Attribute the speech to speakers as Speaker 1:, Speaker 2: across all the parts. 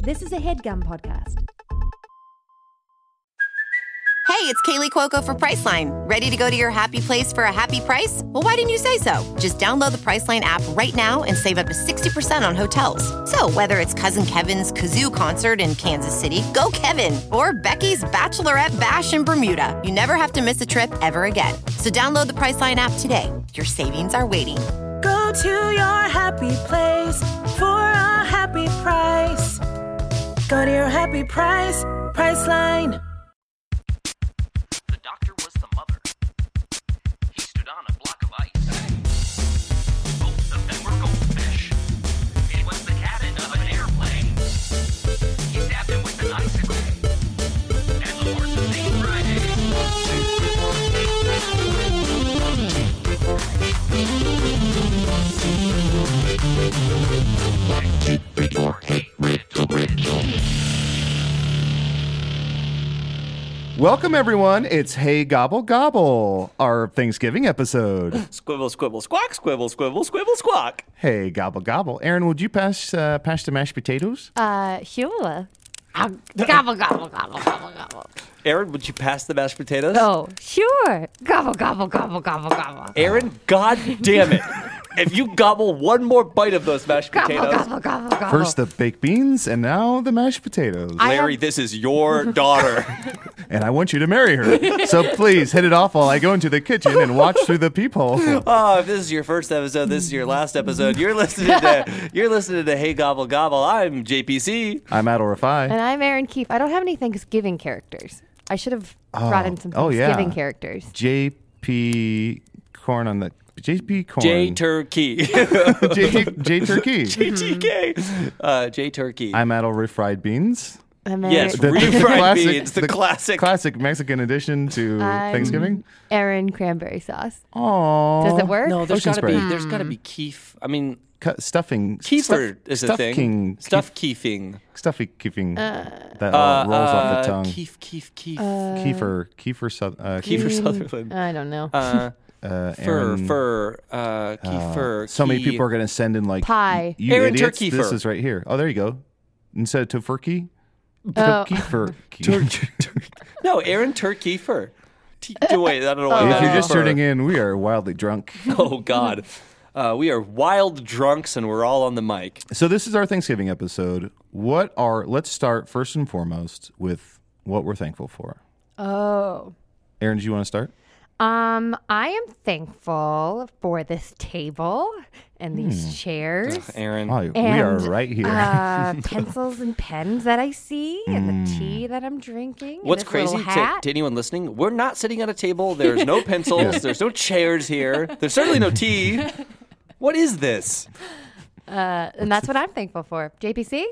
Speaker 1: This is a headgum podcast.
Speaker 2: Hey, it's Kaylee Cuoco for Priceline. Ready to go to your happy place for a happy price? Well, why didn't you say so? Just download the Priceline app right now and save up to 60% on hotels. So, whether it's Cousin Kevin's Kazoo concert in Kansas City, go Kevin, or Becky's Bachelorette Bash in Bermuda, you never have to miss a trip ever again. So, download the Priceline app today. Your savings are waiting.
Speaker 3: Go to your happy place for a happy price. Go to your happy price, Priceline.
Speaker 4: The doctor was the mother. He stood on a block of ice. Both of them were goldfish. It was the cabin of an airplane. He stabbed him with an icicle. And the horses ate Friday.
Speaker 5: Welcome, everyone. It's Hey Gobble Gobble, our Thanksgiving episode.
Speaker 6: Squibble, squibble, squawk, squibble, squibble, squibble, squawk.
Speaker 5: hey Gobble Gobble. Aaron, would you pass uh, pass the mashed potatoes?
Speaker 7: Uh, Hula. Gobble, gobble, gobble, gobble, gobble.
Speaker 6: Aaron, would you pass the mashed potatoes?
Speaker 7: Oh, sure. Gobble, gobble, gobble, gobble, gobble.
Speaker 6: Aaron, god damn it. if you gobble one more bite of those mashed
Speaker 7: Gobble,
Speaker 6: potatoes,
Speaker 7: gobble, gobble, gobble.
Speaker 5: First the baked beans, and now the mashed potatoes.
Speaker 6: Larry, this is your daughter.
Speaker 5: and I want you to marry her. so please hit it off while I go into the kitchen and watch through the peephole.
Speaker 6: oh, if this is your first episode, this is your last episode. You're listening to you're listening to Hey Gobble Gobble. I'm JPC.
Speaker 5: I'm Adol Rafi.
Speaker 7: and I'm Aaron Keefe. I don't have any Thanksgiving characters. I should have brought in some
Speaker 5: oh, yeah.
Speaker 7: Thanksgiving characters.
Speaker 5: JP Corn on the JP Corn.
Speaker 6: J Turkey.
Speaker 5: JT J Turkey.
Speaker 6: JTK. Uh, J Turkey.
Speaker 5: I'm Adol refried beans.
Speaker 7: I'm
Speaker 6: Yes,
Speaker 7: Aaron,
Speaker 6: refried beans, the, classic.
Speaker 5: classic Mexican addition to
Speaker 7: I'm-
Speaker 5: Thanksgiving.
Speaker 7: Aaron Cranberry Sauce.
Speaker 5: Aww.
Speaker 7: Does it work?
Speaker 6: No, there's
Speaker 5: Ocean
Speaker 6: gotta be
Speaker 5: spray.
Speaker 6: there's gotta be Keef. I mean
Speaker 5: Cut, stuffing.
Speaker 6: Kiefer
Speaker 5: stuff-
Speaker 6: is a
Speaker 5: stuff
Speaker 6: thing.
Speaker 5: King,
Speaker 6: Stuff keefing.
Speaker 5: Keef, stuffy keefing. that uh, rolls off the tongue.
Speaker 6: Keef, keef, keef.
Speaker 7: Uh,
Speaker 5: Kiefer. Kiefer. Suther- Uh,
Speaker 6: Kiefer Sutherland.
Speaker 7: Mm. I don't know.
Speaker 6: Uh,
Speaker 5: Uh,
Speaker 6: fur,
Speaker 5: Aaron,
Speaker 6: fur, uh, kefir.
Speaker 5: So many
Speaker 6: key-
Speaker 5: people are going to send in like
Speaker 7: Pie.
Speaker 5: You
Speaker 6: Aaron
Speaker 5: idiots,
Speaker 6: Turkey
Speaker 5: This
Speaker 6: fur.
Speaker 5: is right here. Oh, there you go. Instead of tofurkey,
Speaker 7: Oh.
Speaker 5: tofurkey.
Speaker 6: No, Aaron Turkeyfer. T- wait, I don't know why.
Speaker 5: if you're
Speaker 6: that
Speaker 5: just
Speaker 6: fur.
Speaker 5: turning in, we are wildly drunk.
Speaker 6: Oh God, uh, we are wild drunks and we're all on the mic.
Speaker 5: So this is our Thanksgiving episode. What are? Let's start first and foremost with what we're thankful for.
Speaker 7: oh.
Speaker 5: Aaron, do you want to start?
Speaker 7: Um, I am thankful for this table and these
Speaker 5: Hmm.
Speaker 7: chairs.
Speaker 6: Uh, Aaron,
Speaker 5: Oh, we are
Speaker 7: And,
Speaker 5: right here.
Speaker 7: uh, pencils and pens that I see, and
Speaker 5: Hmm.
Speaker 7: the tea that I'm drinking. and
Speaker 6: what's
Speaker 7: this little
Speaker 6: crazy to,
Speaker 7: hat.
Speaker 6: to anyone listening? We're not sitting at a table. There's no pencils. There's no chairs here. There's certainly no tea. What is this?
Speaker 7: Uh, and that's what I'm thankful for. JPC?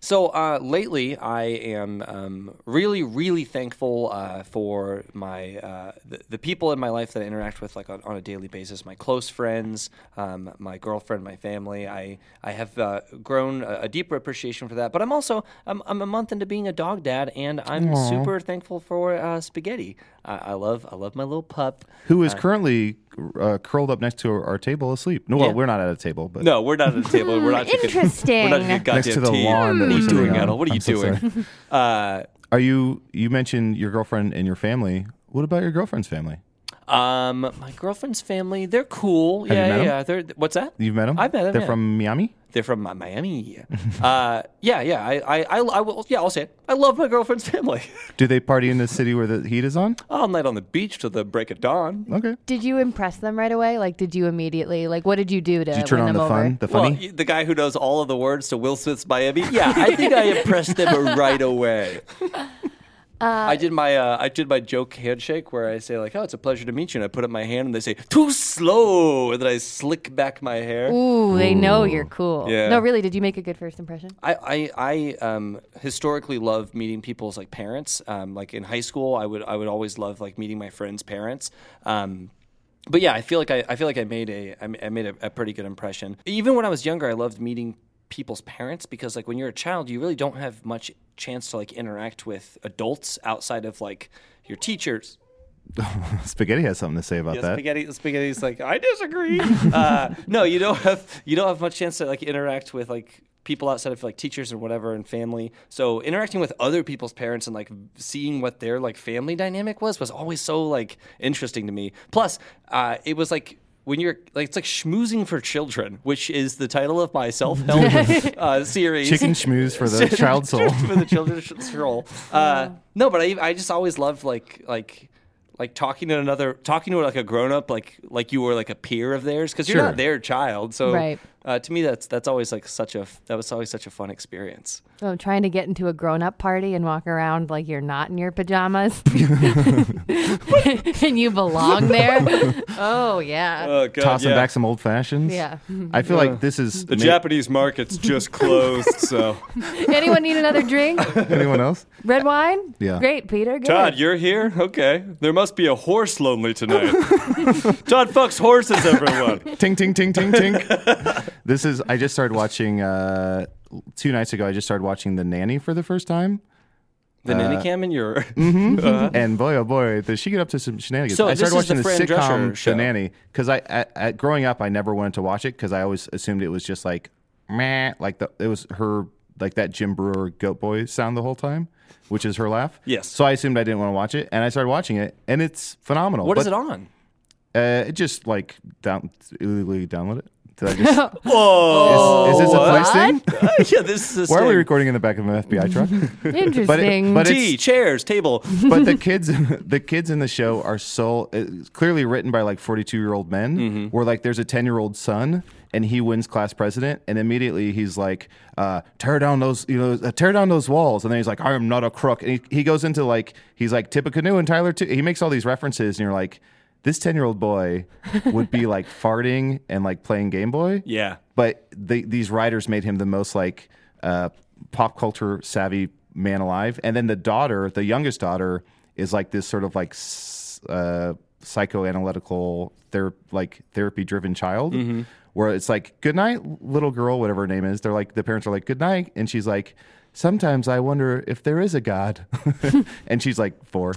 Speaker 6: So uh, lately, I am um, really, really thankful uh, for my uh, the, the people in my life that I interact with, like on, on a daily basis. My close friends, um, my girlfriend, my family. I I have uh, grown a, a deeper appreciation for that. But I'm also I'm, I'm a month into being a dog dad, and I'm super thankful for uh, spaghetti. I, I love I love my little pup.
Speaker 5: Who is currently uh, curled up next to our, our table asleep? No, well,
Speaker 6: Yeah.
Speaker 5: we're not at a table, but
Speaker 6: No, we're not at a table. We're not Drinking, we're not
Speaker 7: Interesting.
Speaker 6: drinking goddamn
Speaker 5: next to the
Speaker 6: tea.
Speaker 5: lawn.
Speaker 6: What are you doing,
Speaker 5: Adel?
Speaker 6: Adel? What are you doing? Uh,
Speaker 5: Are you? You mentioned your girlfriend and your family. What about your girlfriend's family?
Speaker 6: Um, my girlfriend's family, they're cool.
Speaker 5: you
Speaker 6: yeah,
Speaker 5: met 'em?
Speaker 6: yeah. They're what's that?
Speaker 5: You've met them.
Speaker 6: I've met 'em,
Speaker 5: They're
Speaker 6: yeah.
Speaker 5: from Miami.
Speaker 6: They're from Mi- Miami. uh, yeah, yeah. I, I, I, I will, yeah, I'll say it. I love my girlfriend's family.
Speaker 5: Do they party in the city where the heat is on?
Speaker 6: All night on the beach till the break of dawn.
Speaker 5: Okay.
Speaker 7: Did you impress them right away? Like, did you immediately, like, what did you do to
Speaker 5: Did you turn
Speaker 7: win
Speaker 5: on
Speaker 7: them
Speaker 5: the
Speaker 7: over?
Speaker 5: fun? The funny.
Speaker 6: Well, y- the guy who knows all of the words to Will Smith's Miami. Yeah, I think I impressed them right away. I did my uh, I did my joke handshake where I say like, "Oh, it's a pleasure to meet you," and I put up my hand and they say, "Too slow," and then I slick back my hair.
Speaker 7: Ooh, they know you're cool.
Speaker 6: Yeah.
Speaker 7: No, really, did you make a good first impression?
Speaker 6: I, I, I um, historically love meeting people's like parents. Um, like in high school, I would I would always love like meeting my friends' parents. Um, but yeah, I feel like I, I feel like I made a I ma- I made a, a pretty good impression. Even when I was younger, I loved meeting people's parents because like when you're a child, you really don't have much chance to like interact with adults outside of like your teachers.
Speaker 5: Spaghetti has something to say about
Speaker 6: Yeah,
Speaker 5: that.
Speaker 6: spaghetti, spaghetti's like I disagree. uh, no, you don't have you don't have much chance to like interact with like people outside of like teachers and whatever and family. So interacting with other people's parents and like seeing what their like family dynamic was was always so like interesting to me. Plus, uh, it was like when you're like it's like schmoozing for children, which is the title of my self-help uh, series.
Speaker 5: Chicken schmooze for the child soul.
Speaker 6: for the children's role. Uh, no, but I, I just always loved like like like talking to another talking to like a grown up like like you were like a peer of theirs because you're
Speaker 5: Sure.
Speaker 6: not their child. So
Speaker 7: Right.
Speaker 6: uh, to me, that's that's always like such a that was always such a fun experience.
Speaker 7: So I'm Oh, trying to get into a grown up party and walk around like you're not in your pajamas and you belong there. Oh, yeah.
Speaker 6: Oh god,
Speaker 5: Tossing Uh, back some old fashions.
Speaker 7: Yeah.
Speaker 5: I feel like this is ma-
Speaker 6: Japanese market's just closed, so
Speaker 7: Anyone need another drink?
Speaker 5: anyone else?
Speaker 7: Red wine?
Speaker 5: Yeah.
Speaker 7: Great, Peter. Good.
Speaker 6: you're here. Okay, there must be a horse lonely tonight. Todd fucks horses, everyone.
Speaker 5: Ting ting ting ting ting. this is I just started watching uh two nights ago I just started watching The Nanny for the first time.
Speaker 6: The nanny cam in your
Speaker 5: And boy, oh boy, does she get up to some shenanigans?
Speaker 6: Uh-huh. So
Speaker 5: I
Speaker 6: this
Speaker 5: started
Speaker 6: is the
Speaker 5: watching the,
Speaker 6: Fran Drescher
Speaker 5: sitcom
Speaker 6: show.
Speaker 5: The Nanny because I at, at, growing up I never wanted to watch it because I always assumed it was just like meh, like the it was her like that Jim Brewer Goat Boy sound the whole time, which is her laugh.
Speaker 6: Yes.
Speaker 5: So I assumed I didn't want to watch it, and I started watching it, and it's phenomenal.
Speaker 6: What
Speaker 5: but,
Speaker 6: is it on?
Speaker 5: Uh, it just like down illegally download it. Did I just?
Speaker 6: Whoa!
Speaker 5: Is this a flex thing?
Speaker 6: Uh, yeah, this is. A
Speaker 5: Why are we
Speaker 6: sting.
Speaker 5: recording in the back of an FBI truck?
Speaker 7: Interesting.
Speaker 5: but it, but
Speaker 6: Tea,
Speaker 5: it's,
Speaker 6: chairs, table.
Speaker 5: but the kids the kids in the show are so it's clearly written by like 42 year old men where like there's a 10 year old son and he wins class president and immediately he's like uh, tear down those you know uh, tear down those walls and then he's like I am not a crook and he, he goes into like he's like Tippecanoe and Tyler too he makes all these references and you're like this 10 year old boy would be like farting and like playing Game Boy
Speaker 6: Yeah.
Speaker 5: but they, these writers made him the most like uh, pop culture savvy man alive. And then the daughter, the youngest daughter, is like this sort of like s- uh, psychoanalytical, ther- like therapy driven child. Where it's like, good night, little girl, whatever her name is. They're like, the parents are like, good night. And she's like, sometimes I wonder if there is a God. and she's like, four.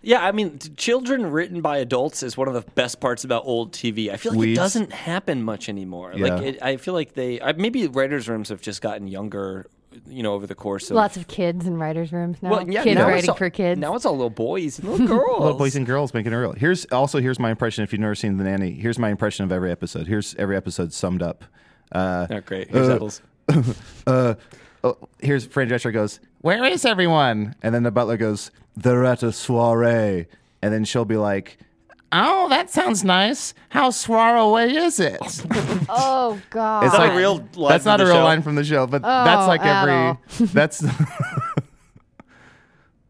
Speaker 6: Yeah, I mean, t- children written by adults is one of the best parts about old TV. I feel like
Speaker 5: Weeds.
Speaker 6: it doesn't happen much anymore. Like,
Speaker 5: Yeah.
Speaker 6: it, I feel like they I, maybe writers' rooms have just gotten younger, you know, over the course of
Speaker 7: Lots of kids in writers' rooms now.
Speaker 6: Well, yeah,
Speaker 7: kids
Speaker 6: now it's
Speaker 7: writing
Speaker 6: all-
Speaker 7: for kids.
Speaker 6: Now it's all little boys and little girls.
Speaker 5: Little boys and girls making it real. Here's also here's my impression. If you've never seen The Nanny, here's my impression of every episode. Here's every episode summed up. Uh,
Speaker 6: Oh, great. Here's
Speaker 5: Uh,
Speaker 6: apples.
Speaker 5: uh, oh, here's Fran Drescher goes, Where is everyone? And then the butler goes, They're at a soiree. And then she'll be like, Oh, that sounds nice. How far away is it? It's
Speaker 7: oh, God.
Speaker 6: like real line
Speaker 5: That's
Speaker 6: from
Speaker 5: not a
Speaker 6: the
Speaker 5: real
Speaker 6: show?
Speaker 5: line from the show, but that's like every.
Speaker 7: Al.
Speaker 5: That's.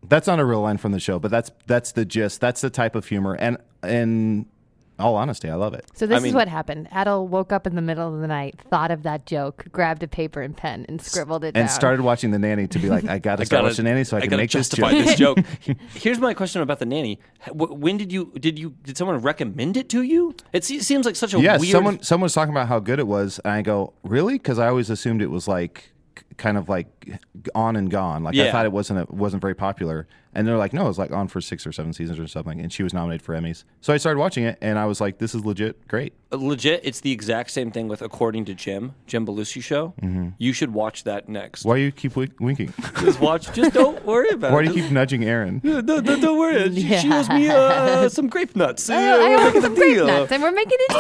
Speaker 5: that's not a real line from the show, but that's that's the gist. That's the type of humor, and in all honesty, I love it.
Speaker 7: So this
Speaker 6: mean-
Speaker 7: is what happened. Adel woke up in the middle of the night, thought of that joke, grabbed a paper and pen, and scribbled it down.
Speaker 5: And started watching the nanny to be like, I gotta start
Speaker 6: gotta-
Speaker 5: watching nanny so I, can
Speaker 6: gotta
Speaker 5: make this
Speaker 6: justify
Speaker 5: joke.
Speaker 6: this joke. Here's my question about the nanny. H- wh- When did you did you did someone recommend it to you? It se- seems like such a
Speaker 5: Yes,
Speaker 6: weird.
Speaker 5: someone someone was talking about how good it was, and I go, really? Because I always assumed it was like k- kind of like g- on and gone. Like I
Speaker 6: Yeah.
Speaker 5: thought it wasn't it wasn't very popular, and they're like, no, it was like on for six or seven seasons or something, and she was nominated for Emmys. So I started watching it, and I was like, this is legit, great.
Speaker 6: legit, it's the exact same thing with According to Jim, Jim Belushi show.
Speaker 5: Mm-hmm.
Speaker 6: You should watch that next.
Speaker 5: Why do you keep w- winking?
Speaker 6: Just watch. Just don't worry about
Speaker 5: Why
Speaker 6: it.
Speaker 5: do you keep nudging Aaron?
Speaker 6: Just- don't, don't- don't worry. She, she owes me uh, some grape nuts.
Speaker 5: Oh,
Speaker 7: I,
Speaker 6: Uh,
Speaker 7: I
Speaker 6: we'll
Speaker 7: ordered
Speaker 6: make it a
Speaker 7: some grape
Speaker 6: deal.
Speaker 7: nuts, and we're making a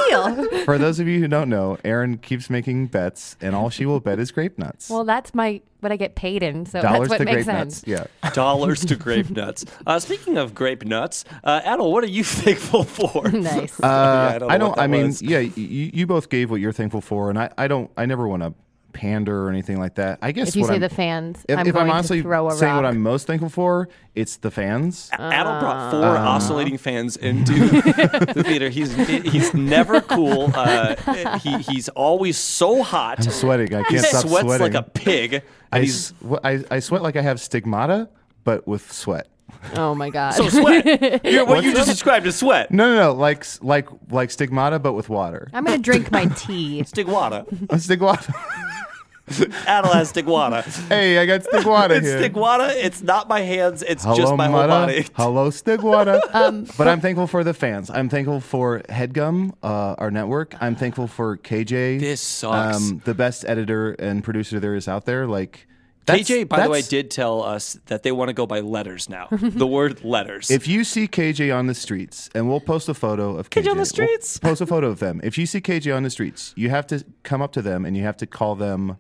Speaker 7: deal.
Speaker 5: For those of you who don't know, Aaron keeps making bets, and all she will bet is grape nuts.
Speaker 7: well, that's my what I get paid in, so
Speaker 5: Dollars
Speaker 7: that's what
Speaker 5: to grape
Speaker 7: makes sense.
Speaker 5: nuts. Yeah.
Speaker 6: Dollars to grape nuts. Uh, speaking of grape nuts, uh, Adel, what are you thankful for?
Speaker 7: Nice.
Speaker 5: Uh,
Speaker 6: Yeah, I don't know
Speaker 5: I don't.
Speaker 6: what that
Speaker 5: I mean,
Speaker 6: was.
Speaker 5: yeah. y- You, you both gave what you're thankful for, and I, I don't. I never want to pander or anything like that. I guess
Speaker 7: if you
Speaker 5: what
Speaker 7: say
Speaker 5: I'm,
Speaker 7: the fans,
Speaker 5: If,
Speaker 7: I'm
Speaker 5: if
Speaker 7: going
Speaker 5: I'm honestly
Speaker 7: to throw a
Speaker 5: saying
Speaker 7: rock.
Speaker 5: what I'm most thankful for, it's the fans.
Speaker 6: Adel brought four
Speaker 5: Uh.
Speaker 6: oscillating fans into the theater. He's he's never cool. Uh, he he's always so hot.
Speaker 5: Sweating, I
Speaker 6: He
Speaker 5: can't
Speaker 6: sweats
Speaker 5: stop sweating.
Speaker 6: like a pig. And
Speaker 5: I
Speaker 6: he's
Speaker 5: s- wh- I- I sweat like I have stigmata, but with sweat.
Speaker 7: oh my god.
Speaker 6: So sweat. You're, what you just described as sweat.
Speaker 5: No, no, no, like s- like like stigmata, but with water.
Speaker 7: I'm gonna drink my tea.
Speaker 6: Stigwata.
Speaker 5: stigmata.
Speaker 6: Adelaz Stiguana.
Speaker 5: Hey, I got Stigwada
Speaker 6: It's
Speaker 5: here.
Speaker 6: Stiguana. It's not my hands. It's just my whole
Speaker 5: Mata.
Speaker 6: body.
Speaker 5: Hello, Stigwada.
Speaker 6: Um,
Speaker 5: but I'm thankful for the fans. I'm thankful for Headgum, uh, our network. I'm thankful for KJ.
Speaker 6: This sucks.
Speaker 5: the best editor and producer there is out there. Like that's-
Speaker 6: KJ, by the way,
Speaker 5: that's-
Speaker 6: did tell us that they want to go by letters now. the word letters.
Speaker 5: If you see KJ on the streets, and we'll post a photo of KJ,
Speaker 6: on the
Speaker 5: We'll
Speaker 6: streets.
Speaker 5: post a photo of them. If you see KJ on the streets, you have to come up to them and you have to call them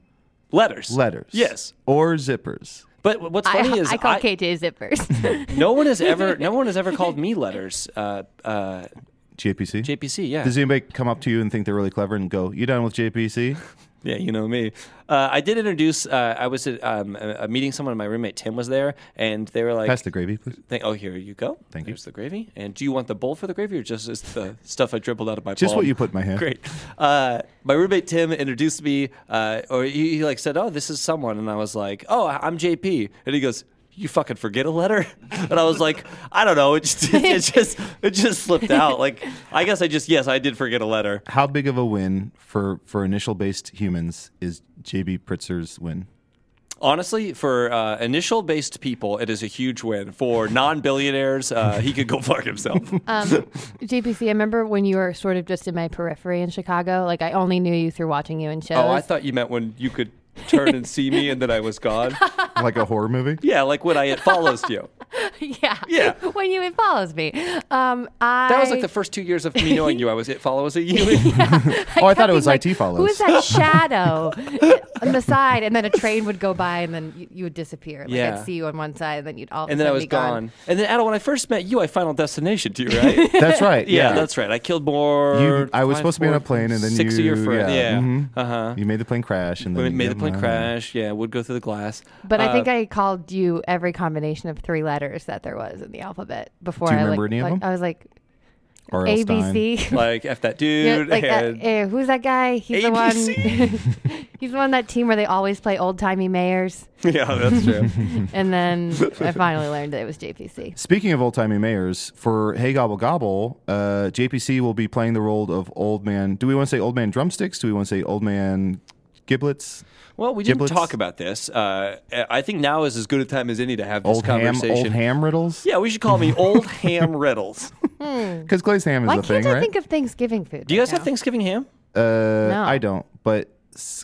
Speaker 6: letters.
Speaker 5: letters.
Speaker 6: Yes.
Speaker 5: or zippers.
Speaker 6: But what's
Speaker 7: I,
Speaker 6: funny is
Speaker 7: I call
Speaker 6: I-
Speaker 7: KJ zippers.
Speaker 6: no one has ever no one has ever called me letters. Uh, uh,
Speaker 5: JPC.
Speaker 6: JPC, yeah,
Speaker 5: Does anybody come up to you and think they're really clever and go, "You done with JPC?"
Speaker 6: yeah, you know me. Uh, I did introduce. Uh, I was at um, a, a meeting. Someone, my roommate Tim was there, and they were like,
Speaker 5: Pass the gravy, please.
Speaker 6: Thank- oh, here you go.
Speaker 5: Thank you.
Speaker 6: There's the gravy. And do you want the bowl for the gravy or just is the stuff I dribbled out of my
Speaker 5: Just
Speaker 6: palm?
Speaker 5: what you put in my hand.
Speaker 6: Great. Uh, my roommate Tim introduced me, uh, or he, he like said, "Oh, this is someone," and I was like, "Oh, I- I'm JP," and he goes. You fucking forget a letter, and I was like, I don't know. It just, it just, it just slipped out. Like, I guess I just, yes, I did forget a letter.
Speaker 5: How big of a win for for initial based humans is JB Pritzer's win?
Speaker 6: Honestly, for uh, initial based people, it is a huge win. For non billionaires, uh, he could go fuck himself.
Speaker 7: JPC, I remember when you were sort of just in my periphery in Chicago. Like I only knew you through watching you in shows.
Speaker 6: Oh, I thought you meant when you could turn and see me and then I was gone.
Speaker 5: Like a horror movie?
Speaker 6: Yeah, like when I had follows you.
Speaker 7: yeah,
Speaker 6: Yeah.
Speaker 7: When you it follows me, um, I
Speaker 6: That was like the first two years of me knowing you. I was it follows at you.
Speaker 5: Oh, I thought
Speaker 7: kept
Speaker 5: it was
Speaker 7: being like,
Speaker 5: IT follows.
Speaker 7: Who is that shadow on the side? And then a train would go by, and then you, you would disappear. Like
Speaker 6: Yeah.
Speaker 7: I'd see you on one side, and then you'd all of a
Speaker 6: And then I
Speaker 7: sudden
Speaker 6: was
Speaker 7: be gone.
Speaker 6: gone. And then Adam, when I first met you, I final destination to you, right?
Speaker 5: That's right.
Speaker 6: Yeah,
Speaker 5: Yeah.
Speaker 6: that's right. I killed more.
Speaker 5: You- I was
Speaker 6: five,
Speaker 5: supposed to be on
Speaker 6: four,
Speaker 5: a plane and then
Speaker 6: six of
Speaker 5: you-
Speaker 6: your friends.
Speaker 5: yeah,
Speaker 6: Yeah,
Speaker 5: mhm.
Speaker 6: uh huh.
Speaker 5: you made the plane crash and then
Speaker 6: We
Speaker 5: you
Speaker 6: made the
Speaker 5: got
Speaker 6: plane
Speaker 5: mad.
Speaker 6: crash. Yeah, would go through the glass.
Speaker 7: But I
Speaker 6: Uh,
Speaker 7: think I called you every combination of three letters that there was in the alphabet before.
Speaker 5: Do you
Speaker 7: I
Speaker 5: remember
Speaker 7: like,
Speaker 5: any of
Speaker 7: like-
Speaker 5: them?
Speaker 7: I was like
Speaker 5: R.L.
Speaker 7: A B
Speaker 5: Stein.
Speaker 7: C.
Speaker 6: like f that dude.
Speaker 7: like, uh,
Speaker 6: and-
Speaker 7: eh, who's that guy? He's the one. he's the one on that team where they always play old timey mayors.
Speaker 6: yeah, that's true.
Speaker 5: Hmm.
Speaker 7: And then I finally learned that it was JPC.
Speaker 5: Speaking of old timey mayors, for Hey Gobble Gobble, uh, JPC will be playing the role of old man. Do we want to say old man drumsticks? Do we want to say old man giblets?
Speaker 6: Well, we
Speaker 5: Giblets.
Speaker 6: didn't talk about this. Uh, I think now is as good a time as any to have this
Speaker 5: Old ham,
Speaker 6: conversation.
Speaker 5: old ham riddles?
Speaker 6: Yeah, we should call me Old Ham Riddles.
Speaker 5: Because glazed ham is
Speaker 7: Why
Speaker 5: a
Speaker 7: can't
Speaker 5: thing,
Speaker 7: I
Speaker 5: right?
Speaker 7: think of Thanksgiving food?
Speaker 6: Do you
Speaker 7: right
Speaker 6: guys have
Speaker 7: now?
Speaker 6: Thanksgiving ham?
Speaker 5: uh,
Speaker 7: No.
Speaker 5: I don't, but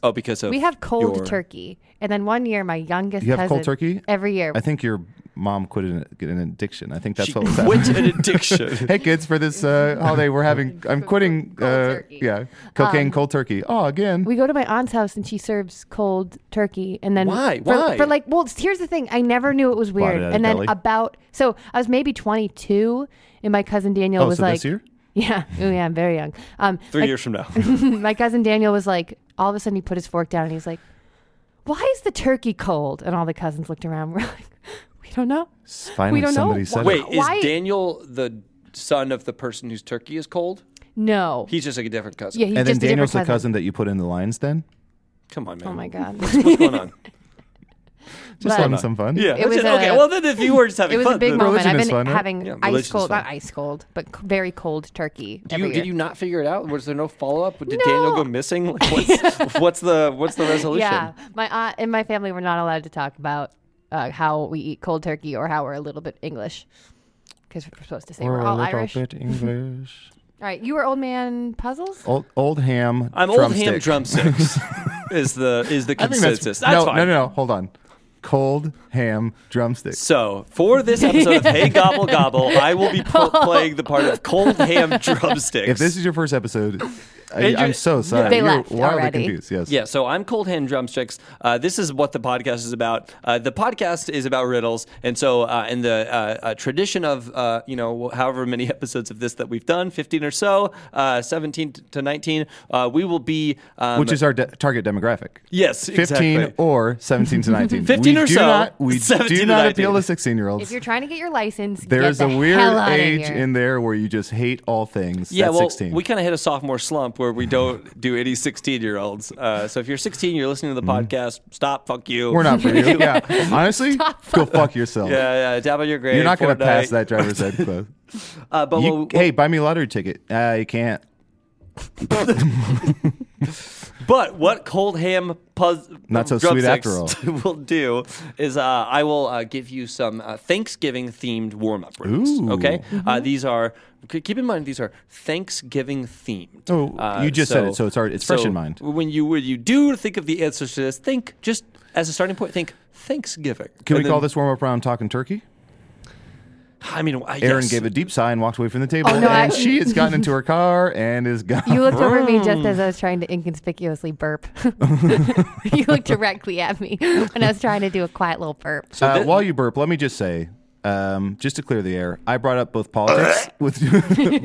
Speaker 6: Oh, because of
Speaker 7: We have cold
Speaker 6: your-
Speaker 7: turkey. And then one year, my youngest
Speaker 5: You have cold
Speaker 7: cousin-
Speaker 5: turkey?
Speaker 7: every year.
Speaker 5: I think your mom quit an, an addiction. I think that's
Speaker 6: She
Speaker 5: what was happening.
Speaker 6: quit an addiction.
Speaker 5: hey kids, for this uh, holiday, we're having. I'm quitting.
Speaker 7: Cold
Speaker 5: uh,
Speaker 7: turkey. Um,
Speaker 5: Yeah, cocaine, cold turkey. Oh, again.
Speaker 7: we go to my aunt's house and she serves cold turkey and then
Speaker 6: Why?
Speaker 7: for,
Speaker 6: Why?
Speaker 7: for like well here's the thing i never knew it was
Speaker 5: Bought it
Speaker 7: weird
Speaker 5: at a
Speaker 7: and then
Speaker 5: deli?
Speaker 7: about so i was maybe 22 and my cousin daniel
Speaker 5: Oh,
Speaker 7: was
Speaker 5: so
Speaker 7: like
Speaker 5: this year?
Speaker 7: yeah oh yeah i'm very young um
Speaker 6: Three
Speaker 7: my,
Speaker 6: years from now.
Speaker 7: my cousin daniel was like all of a sudden he put his fork down and he's like why is the turkey cold and all the cousins looked around we're like we don't know
Speaker 5: Finally,
Speaker 7: we don't know.
Speaker 5: somebody said
Speaker 6: Wait,
Speaker 5: it.
Speaker 6: is
Speaker 7: Why-
Speaker 6: Daniel the son of the person whose turkey is cold?
Speaker 7: no
Speaker 6: He's just like a different cousin.
Speaker 7: yeah he's
Speaker 5: And then
Speaker 7: just a different
Speaker 5: Daniel's the cousin. that you put in the lion's den.
Speaker 6: Come on, man.
Speaker 7: oh my god
Speaker 6: What's going on?
Speaker 5: Just
Speaker 7: But-
Speaker 5: having some fun.
Speaker 6: Yeah. that's
Speaker 7: was
Speaker 6: it. okay,
Speaker 7: a-
Speaker 6: well, then if you were just having
Speaker 7: it was
Speaker 6: fun.
Speaker 7: a big
Speaker 6: then-
Speaker 7: moment.
Speaker 5: Religion
Speaker 7: I've
Speaker 5: is
Speaker 7: been
Speaker 5: fun, right?
Speaker 7: having
Speaker 6: Yeah, religion
Speaker 7: ice
Speaker 6: is
Speaker 7: cold,
Speaker 6: fun.
Speaker 7: not ice cold, but c- very cold turkey.
Speaker 6: Do you,
Speaker 7: every
Speaker 6: did
Speaker 7: year.
Speaker 6: you not figure it out? Was there no follow up? Did
Speaker 7: No.
Speaker 6: Daniel go missing? Like, what's, what's the what's the resolution?
Speaker 7: Yeah, my aunt and my family were not allowed to talk about uh, how we eat cold turkey or how we're a little bit English because we're supposed to say we're, all Irish. All
Speaker 5: bit English.
Speaker 7: right, you were old man puzzles.
Speaker 5: old, old ham.
Speaker 6: I'm old ham
Speaker 5: drumstick.
Speaker 6: drumsticks. is the is the
Speaker 5: I think that's,
Speaker 6: consensus? That's,
Speaker 5: no,
Speaker 6: fine.
Speaker 5: no, no, no. Hold on. Cold ham drumsticks.
Speaker 6: So, for this episode of Hey Gobble Gobble, I will be pl- playing the part of cold ham drumsticks.
Speaker 5: If this is your first episode, I,
Speaker 6: Andrew-
Speaker 5: I'm so sorry.
Speaker 7: They
Speaker 5: You're
Speaker 7: left
Speaker 5: wildly
Speaker 7: already.
Speaker 5: confused. Yes.
Speaker 6: yeah, so I'm Cold Hand Drumsticks. Uh, this is what the podcast is about. Uh, the podcast is about riddles, and so uh, in the uh, uh, tradition of uh, you know however many episodes of this that we've done, 15 or so, uh, 17 to 19, uh, we will be um,
Speaker 5: Which is our de- target demographic.
Speaker 6: yes,
Speaker 5: 15
Speaker 6: exactly.
Speaker 5: or 17 to 19.
Speaker 6: 15
Speaker 5: we
Speaker 6: or
Speaker 5: do
Speaker 6: so,
Speaker 5: Not, we
Speaker 6: 17
Speaker 5: do
Speaker 6: to
Speaker 5: not
Speaker 6: 19.
Speaker 5: appeal to 16 year olds.
Speaker 7: If you're trying to get your license,
Speaker 5: There's
Speaker 7: get
Speaker 5: a
Speaker 7: the
Speaker 5: weird
Speaker 7: hell outta
Speaker 5: age
Speaker 7: here.
Speaker 5: in there where you just hate all things.
Speaker 6: Yeah,
Speaker 5: That's
Speaker 6: well,
Speaker 5: 16.
Speaker 6: we kind of hit a sophomore slump where we don't do any 16 year olds. Uh, so if you're 16, you're listening to the podcast, stop, fuck you.
Speaker 5: Mm-hmm. We're not for you. Yeah. Honestly, go fuck yourself.
Speaker 6: Yeah, yeah, dab on your grave.
Speaker 5: You're not going to pass
Speaker 6: Fortnite.
Speaker 5: that driver's ed quiz.
Speaker 6: Uh, but
Speaker 5: You-
Speaker 6: we'll,
Speaker 5: hey, buy me a lottery ticket. Uh, you can't.
Speaker 6: But what cold ham puz-
Speaker 5: Not so sweet after all.
Speaker 6: drumsticks will do is uh, I will uh, give you some uh, Thanksgiving themed warm up rounds.
Speaker 5: Ooh. Mm-hmm.
Speaker 6: Okay, uh, these are k- keep in mind these are Thanksgiving themed.
Speaker 5: Oh,
Speaker 6: Uh,
Speaker 5: you just said it, so it's already- it's fresh in mind.
Speaker 6: When you when you do think of the answers to this, think just as a starting point. Think Thanksgiving.
Speaker 5: Can
Speaker 6: And
Speaker 5: we call
Speaker 6: then-
Speaker 5: this warm up round talking turkey?
Speaker 6: I mean, I
Speaker 5: Erin
Speaker 6: yes.
Speaker 5: gave a deep sigh and walked away from the table.
Speaker 7: Oh, no,
Speaker 5: and
Speaker 7: I-
Speaker 5: she has gotten into her car and is gone.
Speaker 7: You looked over at me just as I was trying to inconspicuously burp. you looked directly at me when I was trying to do a quiet little burp.
Speaker 5: Uh, while you burp, let me just say, um, just to clear the air, I brought up both politics with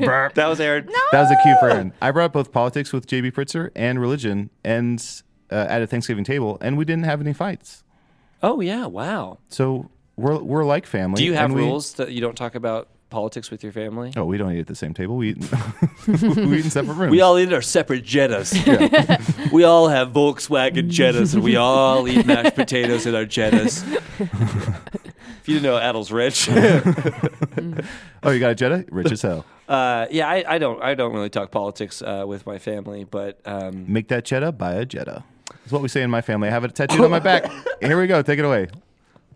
Speaker 5: burp.
Speaker 6: That was Aaron. No.
Speaker 5: That was a cue
Speaker 7: Oh!
Speaker 5: for Aaron. I brought up both politics with JB Pritzer and religion, and uh, at a Thanksgiving table, and we didn't have any fights.
Speaker 6: Oh yeah. Wow.
Speaker 5: So we're we're like family.
Speaker 6: Do you have
Speaker 5: and we-
Speaker 6: rules that you don't talk about politics with your family?
Speaker 5: Oh, we don't eat at the same table. We eat, we eat in separate rooms.
Speaker 6: We all eat our separate Jettas. we all have Volkswagen Jettas, and we all eat mashed potatoes in our Jettas. if you didn't know, Adel's rich.
Speaker 5: oh, you got a Jetta? Rich as hell.
Speaker 6: uh, yeah, I, I don't. I don't really talk politics uh, with my family, but um,
Speaker 5: Make that Jetta, buy a Jetta. That's what we say in my family. I have it tattooed on my back. Here we go. Take it away.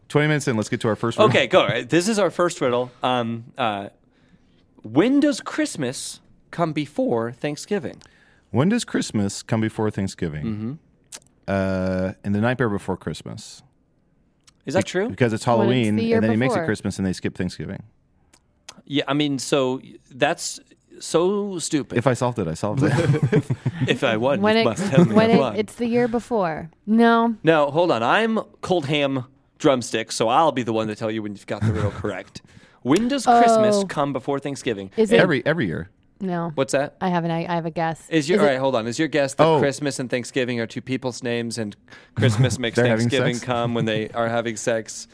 Speaker 5: Twenty minutes in. Let's get to our first.
Speaker 6: okay, go. uh, This is our first riddle. Um, uh, when does Christmas come before Thanksgiving?
Speaker 5: When does Christmas come before Thanksgiving?
Speaker 6: Mm-hmm.
Speaker 5: Uh, and the nightmare before Christmas,
Speaker 6: Is that true?
Speaker 5: because it's
Speaker 7: it's the
Speaker 5: Halloween,
Speaker 7: year
Speaker 5: and then he makes it
Speaker 7: before.
Speaker 5: Christmas, and they skip Thanksgiving.
Speaker 6: Yeah, I mean, so that's so stupid.
Speaker 5: If I solved it, I solved it.
Speaker 6: If I won,
Speaker 7: When
Speaker 6: you must tell
Speaker 7: it,
Speaker 6: me
Speaker 7: when
Speaker 6: I won.
Speaker 7: it, it's the year before. No,
Speaker 6: No, hold on. I'm cold ham drumstick, so I'll be the one to tell you when you've got the riddle correct. When does Christmas
Speaker 7: Oh.
Speaker 6: come before Thanksgiving?
Speaker 7: is it?
Speaker 5: every every year.
Speaker 7: no.
Speaker 6: What's that?
Speaker 7: I have an. I, I have a guess.
Speaker 6: Is your all right? Hold on. Is your guess that
Speaker 5: Oh.
Speaker 6: Christmas and Thanksgiving are two people's names, and Christmas makes
Speaker 5: They're having
Speaker 6: Thanksgiving
Speaker 5: sex?
Speaker 6: come when they are having sex?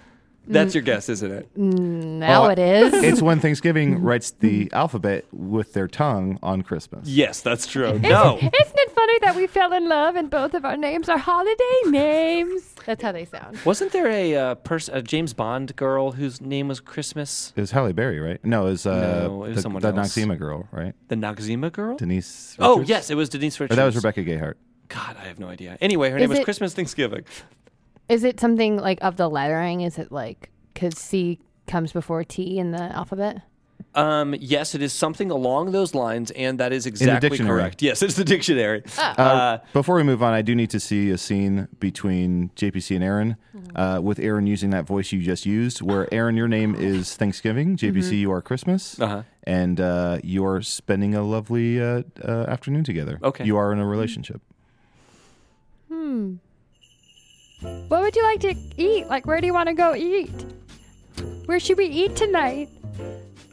Speaker 6: That's your guess, isn't it?
Speaker 7: Mm. now
Speaker 5: Oh,
Speaker 7: it is.
Speaker 5: It's when Thanksgiving writes the alphabet with their tongue on Christmas.
Speaker 6: Yes, that's true. No,
Speaker 7: Isn't it funny that we fell in love and both of our names are holiday names? That's how they sound.
Speaker 6: wasn't there a uh, person, a James Bond girl whose name was Christmas?
Speaker 5: It was Halle Berry, right? No, it was, uh,
Speaker 6: No, it was
Speaker 5: the,
Speaker 6: someone
Speaker 5: the
Speaker 6: else.
Speaker 5: Noxema girl, right?
Speaker 6: The Noxzema girl?
Speaker 5: Denise.
Speaker 6: oh
Speaker 5: Richards?
Speaker 6: yes, it was Denise
Speaker 5: Or
Speaker 6: Richards.
Speaker 5: that was Rebecca Gayheart.
Speaker 6: God, I have no idea. Anyway, her name was
Speaker 7: it-
Speaker 6: Christmas Thanksgiving.
Speaker 7: Is it something like of the lettering? Is it like because C comes before T in the alphabet?
Speaker 6: Um, yes, it is something along those lines, and that is exactly
Speaker 5: dictionary.
Speaker 6: correct. Yes, it's the dictionary.
Speaker 7: Oh.
Speaker 5: Uh, before we move on, I do need to see a scene between JPC and Aaron,
Speaker 7: Mm-hmm.
Speaker 5: uh, with Aaron using that voice you just used, where Aaron, your name is Thanksgiving, JPC,
Speaker 7: Mm-hmm.
Speaker 5: you are Christmas,
Speaker 6: Uh-huh.
Speaker 5: and uh, you are spending a lovely uh, uh, afternoon together.
Speaker 6: Okay.
Speaker 5: You are in a relationship.
Speaker 7: What would you like to eat? Like, where do you want to go eat? Where should we eat tonight?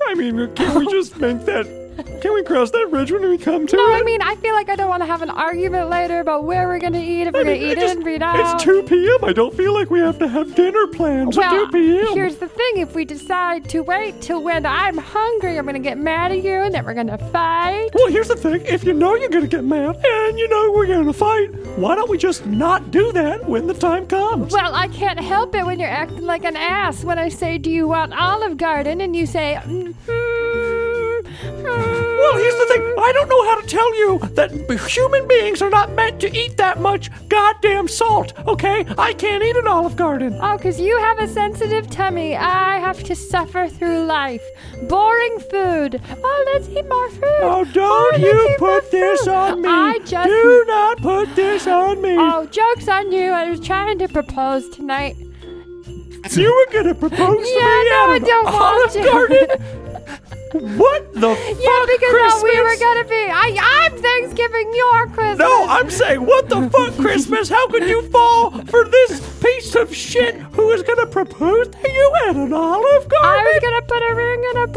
Speaker 6: I mean, can we just make that? Can we cross that bridge when we come to
Speaker 7: No, I mean, I feel like I don't want to have an argument later about where we're going to eat, if we're going to eat in, eat out.
Speaker 6: p.m. I don't feel like we have to have dinner plans
Speaker 7: Well, here's the thing if we decide to wait till when I'm hungry, I'm going to get mad at you and then we're going to fight.
Speaker 6: Well, here's the thing: if you know you're gonna get mad and you know we're gonna fight, why don't we just not do that when the time comes?
Speaker 7: Well, I can't help it when you're acting like an ass when I say, Do you want Olive Garden? And you say, mm, mm, mm."
Speaker 6: Well, here's the thing. I don't know how to tell you that human beings are not meant to eat that much goddamn salt, okay? I can't eat an Olive Garden.
Speaker 7: Oh, 'cause you have a sensitive tummy. I have to suffer through life. Boring food. Oh, let's eat more
Speaker 6: Oh,
Speaker 7: food. Oh,
Speaker 6: don't
Speaker 7: let's
Speaker 6: you
Speaker 7: eat more
Speaker 6: put this
Speaker 7: food.
Speaker 6: on me.
Speaker 7: I just.
Speaker 6: Do not put this on me.
Speaker 7: Oh, joke's on you. I was trying to propose tonight.
Speaker 6: You were going to propose
Speaker 7: Yeah,
Speaker 6: to me
Speaker 7: no,
Speaker 6: out
Speaker 7: I
Speaker 6: of
Speaker 7: don't want
Speaker 6: Olive
Speaker 7: to.
Speaker 6: Garden? what the fuck,
Speaker 7: Yeah, because uh,
Speaker 6: Christmas?
Speaker 7: we were gonna be. I, I'm Thanksgiving, your Christmas.
Speaker 6: No, I'm saying, what the fuck, Christmas? How could you fall for this piece of shit who is going to propose to you at an Olive Garden?
Speaker 7: I was gonna put a ring in a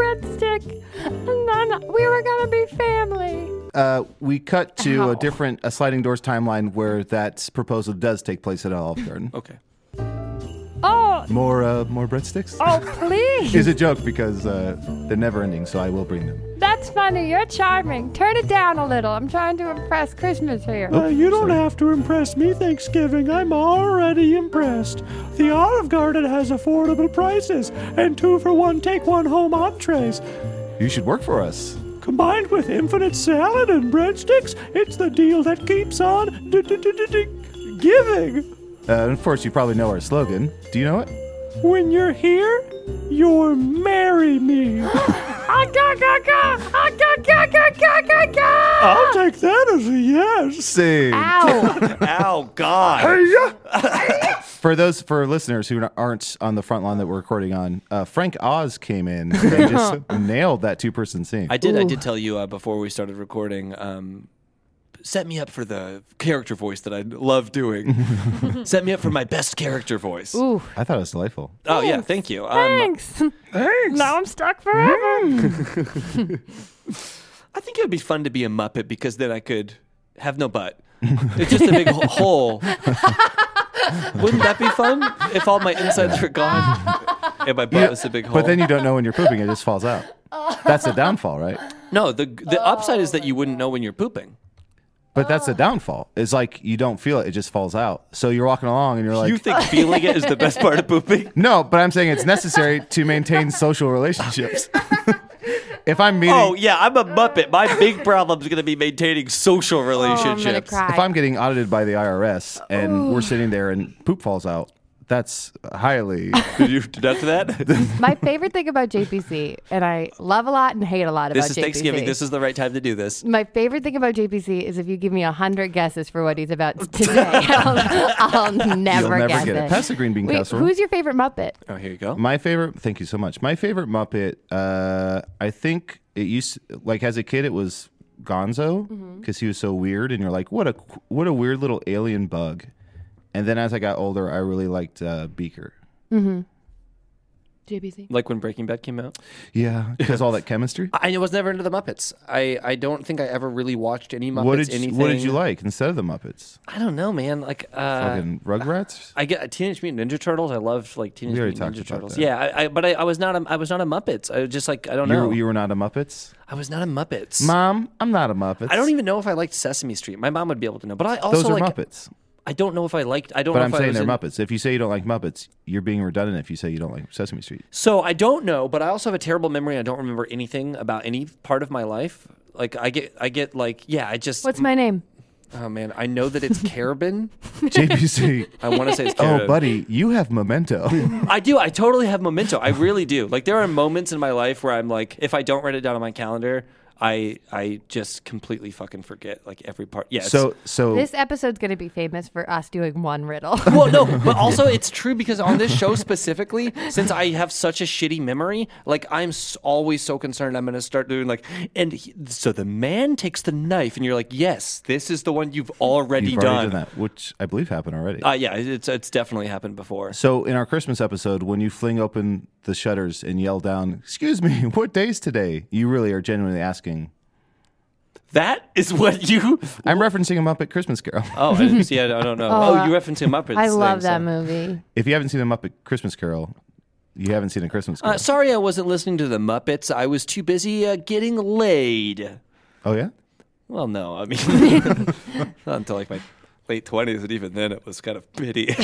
Speaker 7: breadstick, and then we were gonna be family.
Speaker 5: Uh, we cut to
Speaker 7: Ow.
Speaker 5: a different a sliding doors timeline where that proposal does take place at Olive Garden.
Speaker 6: Okay.
Speaker 7: Oh,
Speaker 5: More uh, more breadsticks.
Speaker 7: oh, please.
Speaker 5: It's a joke because uh, they're never ending, so I will bring them.
Speaker 7: That's funny. You're charming. Turn it down a little. I'm trying to impress Christmas here.
Speaker 5: Oh,
Speaker 8: Uh, you don't
Speaker 5: sorry.
Speaker 8: have to impress me, Thanksgiving. I'm already impressed. The Olive Garden has affordable prices and two for one take one home entrees.
Speaker 5: You should work for us.
Speaker 8: Combined with infinite salad and breadsticks, it's the deal that keeps on d- d- d- d- d- giving.
Speaker 5: Uh, and of course, you probably know our slogan. Do you know it?
Speaker 8: When you're here, you're marry me. I'll take that as a yes.
Speaker 5: Sing.
Speaker 7: Ah. Ow!
Speaker 6: Ow, God.
Speaker 5: For those for listeners who aren't on the front line that we're recording on, uh, Frank Oz came in and just nailed that two-person scene.
Speaker 6: I did. I did tell you uh, before we started recording. Um, set me up for the character voice that I love doing. set me up for my best character voice.
Speaker 7: Ooh,
Speaker 5: I thought it was delightful.
Speaker 6: Oh yeah, thank you. Um,
Speaker 7: thanks. Thanks. Now I'm stuck forever.
Speaker 6: I think it would be fun to be a Muppet because then I could have no butt. It's just a big ho- hole. Wouldn't that be fun if all my insides were gone and my butt was a big hole?
Speaker 5: But then you don't know when you're pooping; it just falls out. That's a downfall, right?
Speaker 6: no, the the upside is that you wouldn't know when you're pooping.
Speaker 5: But that's a downfall. It's like you don't feel it; it just falls out. So you're walking along, and you're like,
Speaker 6: you think feeling it is the best part of pooping?
Speaker 5: "No," but I'm saying it's necessary to maintain social relationships. if I'm meeting,
Speaker 6: Oh yeah, I'm a Muppet. My big problem is going to be maintaining social
Speaker 7: Oh, I'm gonna
Speaker 6: relationships.
Speaker 7: cry.
Speaker 5: if I'm getting audited by the IRS and we're sitting there and poop falls out, that's highly.
Speaker 6: Did you deduct that?
Speaker 7: My favorite thing about JPC, and I love a lot and hate a lot
Speaker 6: this
Speaker 7: about
Speaker 6: is
Speaker 7: JPC.
Speaker 6: Thanksgiving. This is the right time to do this.
Speaker 7: my favorite thing about JPC is if you give me a hundred guesses for what he's about today, I'll, I'll never,
Speaker 5: never
Speaker 7: guess
Speaker 5: get it. Pass the green bean
Speaker 7: Wait,
Speaker 5: casserole.
Speaker 7: Who's your favorite Muppet?
Speaker 6: Oh, here you go.
Speaker 5: My favorite. Thank you so much. My favorite Muppet. Uh, I think it used like as a kid it was Gonzo because he was so weird, and you're like, what a what a weird little alien bug. And then as I got older, I really liked uh, Beaker.
Speaker 7: JPC.
Speaker 6: Like when Breaking Bad came out.
Speaker 5: Yeah, because all that chemistry.
Speaker 6: I was never into the Muppets. I, I don't think I ever really watched any Muppets.
Speaker 5: what did you,
Speaker 6: anything.
Speaker 5: what did you like instead of the Muppets?
Speaker 6: I don't know, man. Like uh,
Speaker 5: Fucking Rugrats.
Speaker 6: I get Teenage Mutant Ninja Turtles. I loved like Teenage
Speaker 5: We already
Speaker 6: Mutant Ninja
Speaker 5: talked about
Speaker 6: Turtles.
Speaker 5: that.
Speaker 6: Yeah, I, I, but I, I was not a, I was not a Muppets. I was just like I don't
Speaker 5: You
Speaker 6: know.
Speaker 5: were, you were not a Muppets,
Speaker 6: I was not a Muppets.
Speaker 5: Mom. I'm not a Muppet.
Speaker 6: I don't even know if I liked Sesame Street. My mom would be able to know, but I also
Speaker 5: Those are
Speaker 6: like
Speaker 5: Muppets.
Speaker 6: I don't know if I liked. I don't.
Speaker 5: But
Speaker 6: know
Speaker 5: I'm
Speaker 6: if I
Speaker 5: saying
Speaker 6: was
Speaker 5: they're
Speaker 6: in-
Speaker 5: Muppets. If you say you don't like Muppets, you're being redundant. If you say you don't like Sesame Street,
Speaker 6: So I don't know, but I also have a terrible memory. I don't remember anything about any part of my life. Like I get, I get like, yeah, I just.
Speaker 7: What's my name?
Speaker 6: oh man, I know that it's Carabin.
Speaker 5: JPC.
Speaker 6: I want to say it's Carabin.
Speaker 5: oh, buddy, you have memento.
Speaker 6: I do. I totally have memento. I really do. Like there are moments in my life where I'm like, if I don't write it down on my calendar, I I just completely fucking forget like every part. Yeah. it's-
Speaker 5: So so
Speaker 7: This episode's gonna be famous for us doing one riddle.
Speaker 6: Well, no, but also it's true because on this show specifically, since I have such a shitty memory, like I'm s- always so concerned I'm going to start doing like, and he, so the man takes the knife, and you're like, yes, this is the one you've already
Speaker 5: you've
Speaker 6: done.
Speaker 5: already done that, which I believe happened already.
Speaker 6: Uh, yeah, it's it's definitely happened before.
Speaker 5: so in our Christmas episode, when you fling open the shutters and yell down, "Excuse me, what day's today?" You really are genuinely asking.
Speaker 6: That is what you.
Speaker 5: I'm referencing him up at Christmas Carol.
Speaker 6: Oh, I didn't see. I, I don't know. Oh,
Speaker 7: uh,
Speaker 6: you referenced him up.
Speaker 7: I love that movie.
Speaker 5: If you haven't seen him up at Christmas Carol, you haven't seen a Christmas Carol.
Speaker 6: Uh, sorry, I wasn't listening to the Muppets. I was too busy uh, getting laid.
Speaker 5: oh yeah,
Speaker 6: Well, no, I mean, not until like my late twenties, and even then, it was kind of pity.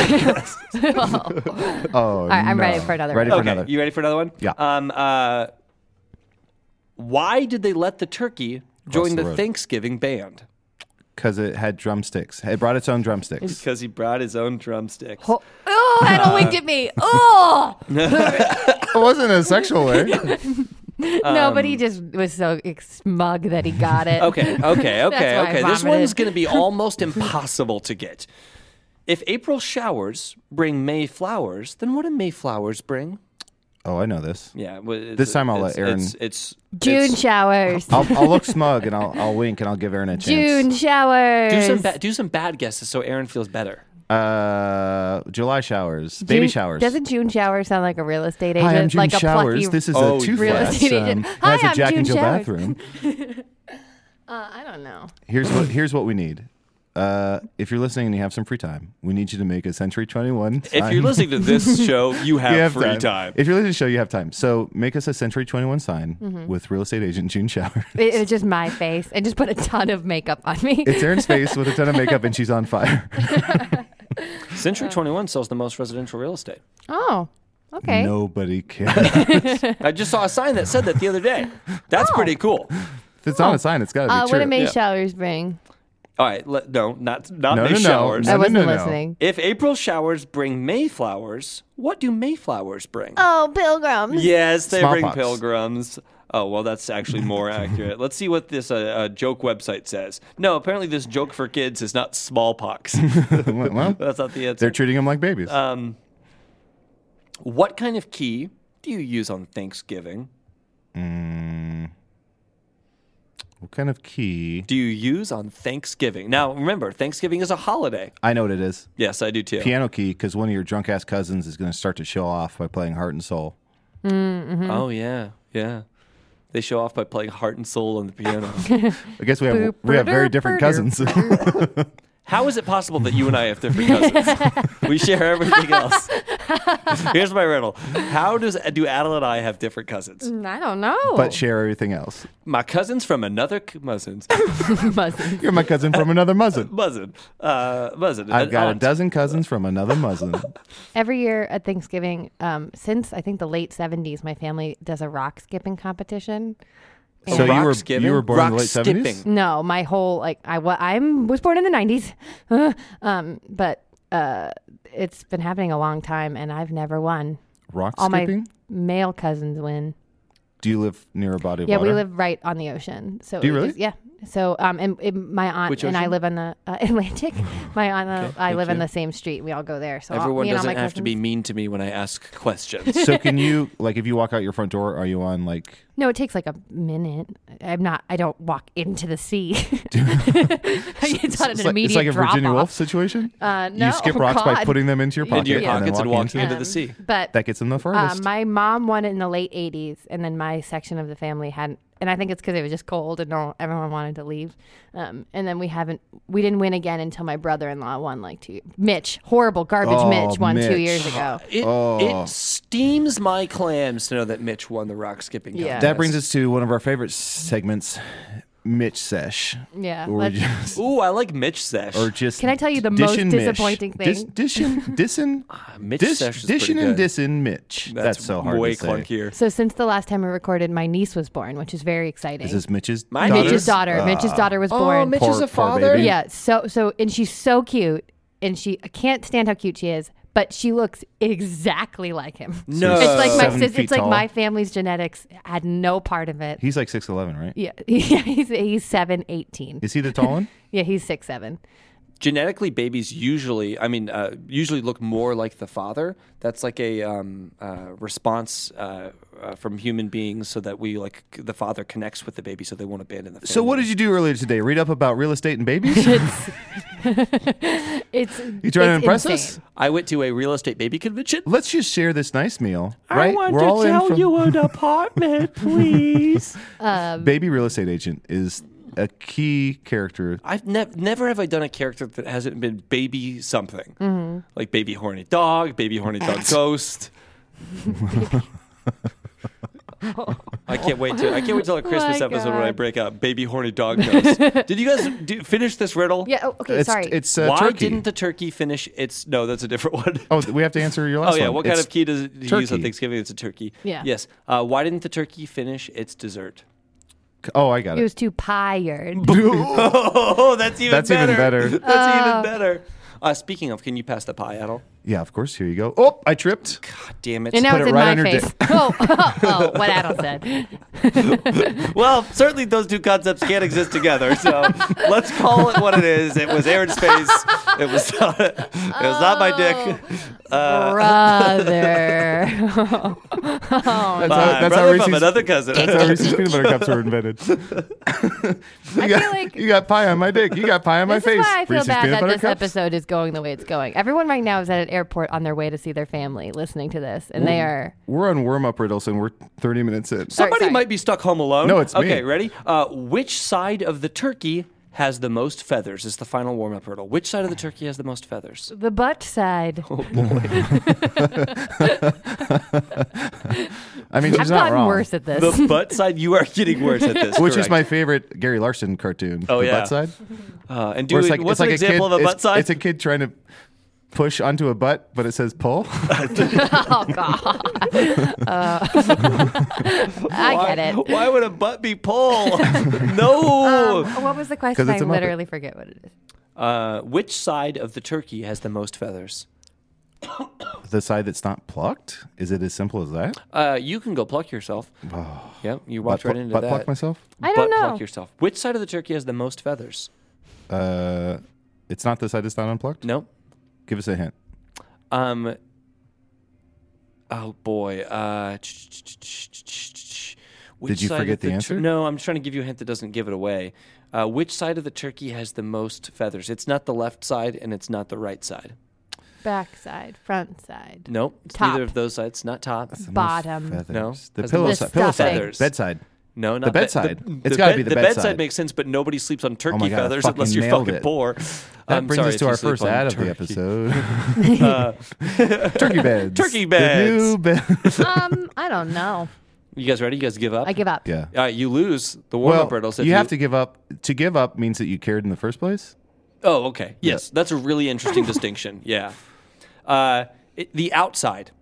Speaker 5: oh.
Speaker 7: right, I'm
Speaker 5: no.
Speaker 7: ready for another
Speaker 5: Ready for
Speaker 7: one.
Speaker 6: okay,
Speaker 5: another.
Speaker 6: you ready for another one?
Speaker 5: Yeah.
Speaker 6: Um. Uh. Why did they let the turkey join
Speaker 5: the
Speaker 6: the,
Speaker 5: road.
Speaker 6: Thanksgiving band?
Speaker 5: Because it had drumsticks. It brought its own drumsticks.
Speaker 6: Because he brought his own drumsticks.
Speaker 7: Oh, that all winked at me. Oh
Speaker 5: it wasn't a sexual way.
Speaker 7: no,
Speaker 5: Um,
Speaker 7: but he just was so smug that he got it.
Speaker 6: Okay, okay, okay,
Speaker 7: why I
Speaker 6: okay. This
Speaker 7: vomited.
Speaker 6: one's going to be almost impossible to get. If April showers bring May flowers, then what do May flowers bring?
Speaker 5: Oh, I know this.
Speaker 6: Yeah. well, it's-
Speaker 5: This time I'll
Speaker 6: it's-
Speaker 5: let Aaron-
Speaker 6: It's, it's,
Speaker 7: June
Speaker 6: it's-
Speaker 7: showers.
Speaker 5: I'll, I'll look smug and I'll, I'll wink and I'll give Aaron a chance.
Speaker 7: June showers.
Speaker 6: do some ba- do some bad guesses so Aaron feels better.
Speaker 5: Uh, July showers, baby
Speaker 7: June-
Speaker 5: showers.
Speaker 7: Doesn't June showers sound like a real estate agent?
Speaker 5: Hi, I'm June
Speaker 7: like
Speaker 5: Showers.
Speaker 7: a plucky, Uh,
Speaker 5: this is
Speaker 6: Oh,
Speaker 5: a two
Speaker 7: real
Speaker 5: flats.
Speaker 7: estate
Speaker 5: Um,
Speaker 7: agent. Hi,
Speaker 5: has a
Speaker 7: I'm
Speaker 5: Jack
Speaker 7: June
Speaker 5: and Jill
Speaker 7: Showers.
Speaker 5: bathroom.
Speaker 7: Uh, I don't know.
Speaker 5: Here's what here's what we need. Uh, if you're listening and you have some free time, we need you to make a Century 21.
Speaker 6: If you're listening to this show, you have,
Speaker 5: you have
Speaker 6: free time.
Speaker 5: If you're listening to the show, you have time. So make us a Century 21 sign
Speaker 7: Mm-hmm.
Speaker 5: with real estate agent June Shower.
Speaker 7: It, it was just my face and just put a ton of makeup on me.
Speaker 5: It's Erin's face with a ton of makeup and she's on fire. Oh.
Speaker 6: Century 21 sells the most residential real estate.
Speaker 7: oh, okay. Oh.
Speaker 5: Nobody cares. Oh.
Speaker 6: I just saw a sign that said that the other day. That's pretty cool.
Speaker 5: If it's on a sign, it's got to be
Speaker 7: Uh,
Speaker 5: true.
Speaker 7: what do May
Speaker 6: Yeah.
Speaker 7: showers bring?
Speaker 6: All right, le- no, not not
Speaker 5: No,
Speaker 6: May
Speaker 5: no, no.
Speaker 6: showers.
Speaker 5: No,
Speaker 7: I
Speaker 5: no,
Speaker 7: wasn't
Speaker 5: no, no.
Speaker 7: listening.
Speaker 6: If April showers bring May flowers, what do May flowers bring?
Speaker 7: Oh, pilgrims.
Speaker 6: Yes, they bring
Speaker 5: Uh, Smallpox.
Speaker 6: pilgrims. Oh, well, that's actually more accurate. Let's see what this uh, uh, joke website says. No, apparently this joke for kids is not smallpox.
Speaker 5: well,
Speaker 6: that's not the answer.
Speaker 5: they're treating them like babies.
Speaker 6: Um, what kind of key do you use on Thanksgiving?
Speaker 5: what kind of key?
Speaker 6: Do you use on Thanksgiving? Now, remember, Thanksgiving is a holiday.
Speaker 5: I know what it is.
Speaker 6: Yes, I do too.
Speaker 5: Piano key, because one of your drunk ass cousins is going to start to show off by playing Heart and Soul. Mm-hmm.
Speaker 6: Oh, yeah, yeah. They show off by playing Heart and Soul on the piano.
Speaker 5: I guess we have
Speaker 7: Boop,
Speaker 5: we have very
Speaker 7: burder,
Speaker 5: different
Speaker 7: burder.
Speaker 5: cousins.
Speaker 6: How is it possible that you and I have different cousins? we share everything else. Here's my riddle. How does do Adele and I have different cousins?
Speaker 7: Mm, I don't know.
Speaker 5: but share everything else.
Speaker 6: My cousins from another c- cousins.
Speaker 7: Buzzing.
Speaker 5: You're my cousin from another muzzin.
Speaker 6: Muzzin. Uh, Muzzin.
Speaker 5: I've
Speaker 6: an
Speaker 5: got a
Speaker 6: aunt.
Speaker 5: dozen cousins from another muzzin.
Speaker 7: Every year at Thanksgiving, um, since I think the late 70s, my family does a rock skipping competition.
Speaker 5: so you were
Speaker 6: Rocksgiving?
Speaker 5: you were born in the late
Speaker 6: Rockskipping.
Speaker 5: seventies.
Speaker 7: No, my whole like I wa- I'm was born in the 90s. um, but uh, it's been happening a long time and I've never won.
Speaker 5: Rock
Speaker 7: All
Speaker 5: skipping.
Speaker 7: my male cousins win.
Speaker 5: Do you live near a body of
Speaker 7: Yeah,
Speaker 5: water?
Speaker 7: we live right on the ocean. So
Speaker 5: Do you
Speaker 7: we
Speaker 5: really?
Speaker 7: just- yeah. So um, and, and my aunt
Speaker 6: Which
Speaker 7: and I
Speaker 6: ocean?
Speaker 7: live on the uh, Atlantic. My aunt, uh, I
Speaker 6: thank
Speaker 7: live on
Speaker 6: you.
Speaker 7: the same street. We all go there. So all-
Speaker 6: Everyone
Speaker 7: me and all
Speaker 6: doesn't
Speaker 7: my
Speaker 6: have to be
Speaker 7: cousins-
Speaker 6: mean to me when I ask questions.
Speaker 5: so can you like if you walk out your front door, are you on like
Speaker 7: No, it takes like a minute. I'm not. I don't walk into the sea. it's not an
Speaker 5: it's like,
Speaker 7: immediate
Speaker 5: it's like a
Speaker 7: drop
Speaker 5: Virginia
Speaker 7: off.
Speaker 5: Woolf situation?
Speaker 7: Uh, no,
Speaker 5: you skip rocks by
Speaker 7: God.
Speaker 5: putting them into your pocket
Speaker 6: Into your
Speaker 5: and then
Speaker 6: pockets and
Speaker 5: walking
Speaker 6: walking
Speaker 5: into
Speaker 6: into the sea.
Speaker 7: But
Speaker 5: that gets them the
Speaker 7: uh,
Speaker 5: furthest.
Speaker 7: my mom won it in the late '80s, and then my section of the family hadn't. And I think it's because it was just cold and no, everyone wanted to leave. Um, and then we haven't. We didn't win again until my brother-in-law won like two. Mitch, horrible garbage.
Speaker 5: Oh,
Speaker 7: Mitch won two
Speaker 5: Mitch. Ah,
Speaker 7: years ago.
Speaker 6: It,
Speaker 5: Oh.
Speaker 6: it steams my clams to know that Mitch won the rock skipping
Speaker 7: Yeah.
Speaker 6: contest.
Speaker 5: that brings us to one of our favorite segments, Mitch Sesh.
Speaker 7: Yeah,
Speaker 5: Or
Speaker 7: let's-
Speaker 5: just,
Speaker 6: Ooh, I like Mitch Sesh.
Speaker 5: or just
Speaker 7: Can I tell you the most
Speaker 5: dish and Ah, mish.
Speaker 7: disappointing
Speaker 5: Dis-
Speaker 7: thing?
Speaker 5: dish and dissin,
Speaker 6: Uh, Mitch
Speaker 5: dish,
Speaker 6: Sesh is
Speaker 5: dishin'
Speaker 6: pretty
Speaker 5: and
Speaker 6: good.
Speaker 5: dissin Mitch. That's, so hard
Speaker 6: way
Speaker 5: to say.
Speaker 6: clunkier.
Speaker 7: So since the last time we recorded, my niece was born, which is very exciting.
Speaker 5: Is this Mitch's
Speaker 6: My
Speaker 5: daughter? Ah.
Speaker 7: Mitch's daughter. Mitch's daughter was born.
Speaker 5: Mitch is a father? baby.
Speaker 7: Yeah. So so and she's so cute, and she I can't stand how cute she is, but she looks exactly like him.
Speaker 6: No.
Speaker 7: It's like my
Speaker 5: Seven
Speaker 7: sis,
Speaker 5: feet
Speaker 7: it's like my
Speaker 5: tall.
Speaker 7: family's genetics had no part of it.
Speaker 5: He's like six eleven, right?
Speaker 7: yeah, yeah, he's he's seven eighteen.
Speaker 5: Is he the tall one?
Speaker 7: Yeah, he's six seven.
Speaker 6: genetically babies usually i mean uh, usually look more like the father that's like a um, uh, response uh, uh, from human beings so that we like c- the father connects with the baby so they won't abandon the family.
Speaker 5: So what did you do earlier today? Read up about real estate and babies?
Speaker 7: It's it's
Speaker 5: You trying to
Speaker 7: it's
Speaker 5: impress us?
Speaker 7: insane.
Speaker 6: i went to a real estate baby convention
Speaker 5: Let's just share this nice meal, right?
Speaker 8: I want
Speaker 5: We're all
Speaker 8: to
Speaker 5: in
Speaker 8: sell
Speaker 5: from-
Speaker 8: you an apartment, please.
Speaker 5: Baby real estate agent is a key character.
Speaker 6: I've nev- never have I done a character that hasn't been baby something,
Speaker 8: Mm-hmm.
Speaker 6: like baby horny dog, baby horny dog ghost. I can't wait to I can't wait till the Christmas
Speaker 7: my
Speaker 6: episode when I
Speaker 7: God.
Speaker 6: break out baby horny dog ghost. Did you guys do, finish this riddle?
Speaker 7: Yeah. Oh, okay.
Speaker 5: It's
Speaker 7: sorry.
Speaker 5: it's uh,
Speaker 6: Why
Speaker 5: turkey.
Speaker 6: didn't the turkey finish its? No, that's a different one.
Speaker 5: Oh, th- we have to answer your last
Speaker 6: Oh yeah,
Speaker 5: one.
Speaker 6: what kind
Speaker 5: It's
Speaker 6: of key does it do you use on
Speaker 5: turkey.
Speaker 6: Thanksgiving? It's a turkey.
Speaker 7: Yeah.
Speaker 6: Yes. Uh, why didn't the turkey finish its dessert?
Speaker 5: Oh, I got
Speaker 7: it
Speaker 5: it.
Speaker 7: was too tired.
Speaker 6: Oh, that's even
Speaker 5: That's even
Speaker 6: better.
Speaker 5: better.
Speaker 6: that's even better. Uh, speaking of, can you pass the pie, Adel?
Speaker 5: yeah, of course. Here you go. Oh, I tripped.
Speaker 6: God damn it.
Speaker 7: And now
Speaker 5: put
Speaker 7: it's
Speaker 5: it
Speaker 7: in
Speaker 5: right
Speaker 7: my
Speaker 5: under
Speaker 7: face. Oh, oh, oh, what Adel said.
Speaker 6: well, certainly those two concepts can't exist together. So let's call it what it is. It was Aaron's face. It was not, it was not my dick. Uh, Oh.
Speaker 5: Uh,
Speaker 7: Brother.
Speaker 5: That's
Speaker 6: My
Speaker 5: how, that's how
Speaker 6: brother from
Speaker 5: Reese's,
Speaker 6: another cousin.
Speaker 5: that's how Reese's peanut butter cups were invented. you, got,
Speaker 7: like-
Speaker 5: you got pie on my dick. You got pie on my
Speaker 7: This
Speaker 5: face.
Speaker 7: is why I feel
Speaker 5: Reese's
Speaker 7: bad
Speaker 5: peanut
Speaker 7: that
Speaker 5: butter
Speaker 7: this
Speaker 5: cups.
Speaker 7: episode is going the way it's going. Everyone right now is at an airport on their way to see their family, listening to this, and
Speaker 5: Mm.
Speaker 7: they are.
Speaker 5: We're on warm up riddles and we're 30 minutes in.
Speaker 6: Somebody
Speaker 7: sorry.
Speaker 6: might be stuck home alone.
Speaker 5: No, it's me.
Speaker 6: Okay, ready? Uh, which side of the turkey has the most feathers? Is the final warm up riddle. Which side of the turkey has the most feathers?
Speaker 7: The butt side.
Speaker 5: I mean, she's not
Speaker 7: I've gotten
Speaker 5: wrong.
Speaker 7: worse at this.
Speaker 6: The butt side. You are getting worse at this.
Speaker 5: Which is
Speaker 6: correct.
Speaker 5: my favorite Gary Larson cartoon.
Speaker 6: Oh,
Speaker 5: the
Speaker 6: yeah.
Speaker 5: butt side.
Speaker 6: Uh, and do
Speaker 5: Where
Speaker 6: it- what's an
Speaker 5: a
Speaker 6: example
Speaker 5: kid,
Speaker 6: of a
Speaker 5: it's-
Speaker 6: butt side?
Speaker 5: It's a kid trying to push onto a butt, but it says pull.
Speaker 7: Oh god. Uh, I get it.
Speaker 6: Why would a butt be pulled? no.
Speaker 7: Um, what was the question?
Speaker 5: 'Cause
Speaker 7: I
Speaker 5: it's a Muppet.
Speaker 7: literally forget what it is.
Speaker 6: uh, which side of the turkey has the most feathers?
Speaker 5: the side that's not plucked. Is it as simple as that?
Speaker 6: Uh, you can go pluck yourself. Yep, you
Speaker 5: Butt
Speaker 6: walked right
Speaker 5: pl-
Speaker 6: into
Speaker 5: butt
Speaker 6: that.
Speaker 5: pluck myself.
Speaker 7: I don't
Speaker 6: butt
Speaker 7: know.
Speaker 6: pluck yourself. Which side of the turkey has the most feathers?
Speaker 5: Uh, it's not the side that's not unplucked.
Speaker 6: No.
Speaker 5: Give us a hint.
Speaker 6: Um. Oh boy. Uh, ch- ch- ch- ch- ch- ch- ch- which
Speaker 5: Did you
Speaker 6: side of
Speaker 5: forget the
Speaker 6: tur-
Speaker 5: answer?
Speaker 6: no, I'm trying to give you a hint that doesn't give it away. Uh, which side of the turkey has the most feathers? It's not the left side, and it's not the right side.
Speaker 7: Backside, front side,
Speaker 6: Nope. it's
Speaker 7: Top.
Speaker 6: Neither of those sides. Not top.
Speaker 5: The most
Speaker 7: bottom.
Speaker 5: feathers.
Speaker 6: No.
Speaker 5: The
Speaker 6: Has
Speaker 5: pillow
Speaker 7: the
Speaker 5: side.
Speaker 7: most
Speaker 5: Pillow side.
Speaker 6: feathers.
Speaker 5: Bedside.
Speaker 6: No, not
Speaker 5: The
Speaker 6: bed-
Speaker 5: bedside.
Speaker 6: the-
Speaker 5: It's
Speaker 6: the
Speaker 5: gotta
Speaker 6: bed-
Speaker 5: be the bedside.
Speaker 6: bedside makes sense, but nobody sleeps on turkey
Speaker 5: my God, I
Speaker 6: feathers unless
Speaker 5: fucking
Speaker 6: you're
Speaker 5: nailed
Speaker 6: fucking
Speaker 5: it.
Speaker 6: poor.
Speaker 5: That
Speaker 6: I'm
Speaker 5: brings
Speaker 6: sorry
Speaker 5: us
Speaker 6: if
Speaker 5: to
Speaker 6: you
Speaker 5: our
Speaker 6: sleep
Speaker 5: first
Speaker 6: on
Speaker 5: ad of the
Speaker 6: turkey.
Speaker 5: episode.
Speaker 6: Uh,
Speaker 5: Turkey beds.
Speaker 6: Turkey
Speaker 5: The
Speaker 6: beds.
Speaker 5: new bed-
Speaker 7: um, I don't know.
Speaker 6: you guys ready? You guys give up?
Speaker 7: I give up.
Speaker 5: yeah.
Speaker 6: Uh, you lose the warm
Speaker 5: Well,
Speaker 6: up riddles. if
Speaker 5: you have to give up. To give up means that you cared in the first place.
Speaker 6: Oh, okay. Yes, that's a really interesting distinction. Yeah. Uh, it, the outside.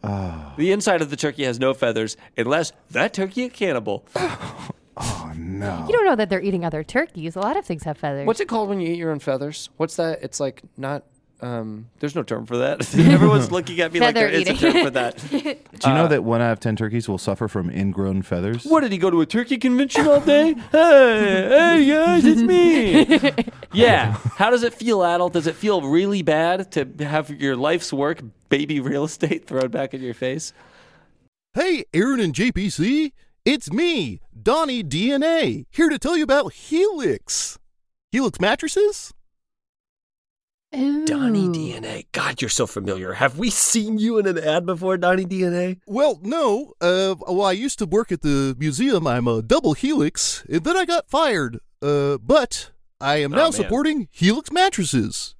Speaker 6: The inside of the turkey has no feathers unless that turkey a cannibal.
Speaker 7: You don't know that they're eating other turkeys. A lot of things have feathers.
Speaker 6: What's it called when you eat your own feathers? What's that? It's like not. Um, there's no term for that. Everyone's looking at me like there
Speaker 7: Feather
Speaker 6: is a
Speaker 7: eating.
Speaker 6: term for that.
Speaker 5: Do you
Speaker 6: Uh,
Speaker 5: know that one out of ten turkeys will suffer from ingrown feathers?
Speaker 6: What did he go to a turkey convention all day? hey, hey guys, it's me. yeah. How does it feel, adult? Does it feel really bad to have your life's work, baby real estate, thrown back in your face?
Speaker 9: Hey, Aaron and JPC. It's me, Donnie DNA, here to tell you about Helix. Helix mattresses?
Speaker 4: Donnie DNA. God, you're so familiar. Have we seen you in an ad before, Donnie DNA?
Speaker 9: Well, no. Uh, well, I used to work at the museum. I'm a double Helix, and then I got fired. Uh, but I am
Speaker 4: Oh,
Speaker 9: now
Speaker 4: man.
Speaker 9: supporting Helix mattresses.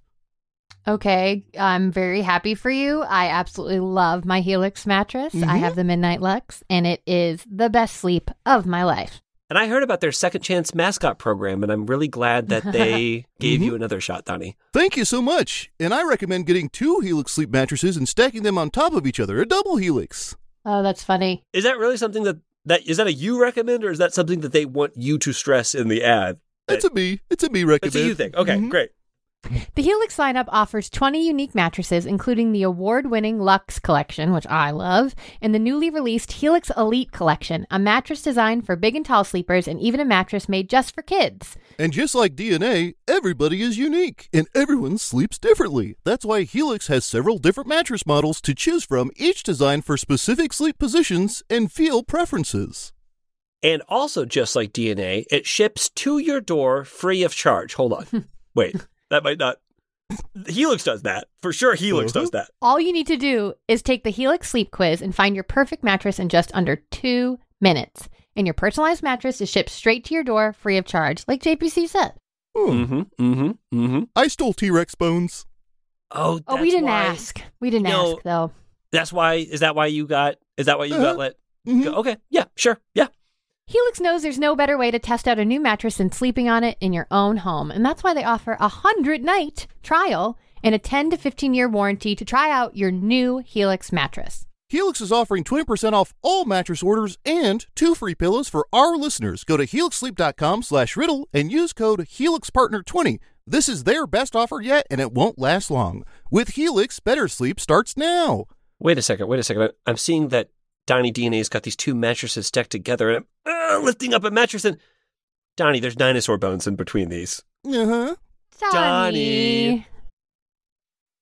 Speaker 7: Okay, I'm very happy for you. I absolutely love my Helix mattress. I have the Midnight Lux, and it is the best sleep of my life.
Speaker 4: And I heard about their second chance mascot program, and I'm really glad that they gave you another shot, Donnie.
Speaker 9: Thank you so much, and I recommend getting two Helix sleep mattresses and stacking them on top of each other, a double Helix.
Speaker 7: Oh, that's funny.
Speaker 4: Is that really something that that is that a you recommend, or is that something that they want you to stress in the ad?
Speaker 9: It's a me. It's a me recommend.
Speaker 4: It's a you thing. Okay,
Speaker 9: Mhm.
Speaker 4: great.
Speaker 7: The Helix lineup offers 20 unique mattresses, including the award winning Lux collection, which I love, and the newly released Helix Elite collection, a mattress designed for big and tall sleepers, and even a mattress made just for kids.
Speaker 9: And just like DNA, everybody is unique and everyone sleeps differently. That's why Helix has several different mattress models to choose from, each designed for specific sleep positions and feel preferences.
Speaker 4: And also, just like DNA, it ships to your door free of charge. Hold on. Wait, that might not. Helix does that. For sure, Helix does that.
Speaker 7: All you need to do is take the Helix sleep quiz and find your perfect mattress in just under two minutes. And your personalized mattress is shipped straight to your door free of charge, like JPC said.
Speaker 4: Mm hmm. Mm hmm. Mm hmm.
Speaker 9: I stole T Rex bones.
Speaker 4: Oh,
Speaker 7: Oh, we
Speaker 4: that's
Speaker 7: didn't
Speaker 4: why-
Speaker 7: ask. We didn't
Speaker 4: No.
Speaker 7: ask, though.
Speaker 4: That's why. Is that why you got? Is that why you
Speaker 9: Uh-huh.
Speaker 4: got let?
Speaker 9: Mhm.
Speaker 4: Go? Okay. Yeah. Sure. Yeah.
Speaker 7: Helix knows there's no better way to test out a new mattress than sleeping on it in your own home. And that's why they offer a 100 night trial and a 10 to 15 year warranty to try out your new Helix mattress.
Speaker 9: Helix is offering 20% off all mattress orders and two free pillows for our listeners. Go to helixsleep.com slash riddle and use code HelixPartner20. This is their best offer yet, and it won't last long. With Helix, better sleep starts now.
Speaker 4: Wait a second. Wait a second. I- I'm seeing that Donnie DNA's got these two mattresses stacked together, and I'm uh, lifting up a mattress and Donnie, there's dinosaur bones in between these.
Speaker 9: Uh-huh.
Speaker 4: Donnie.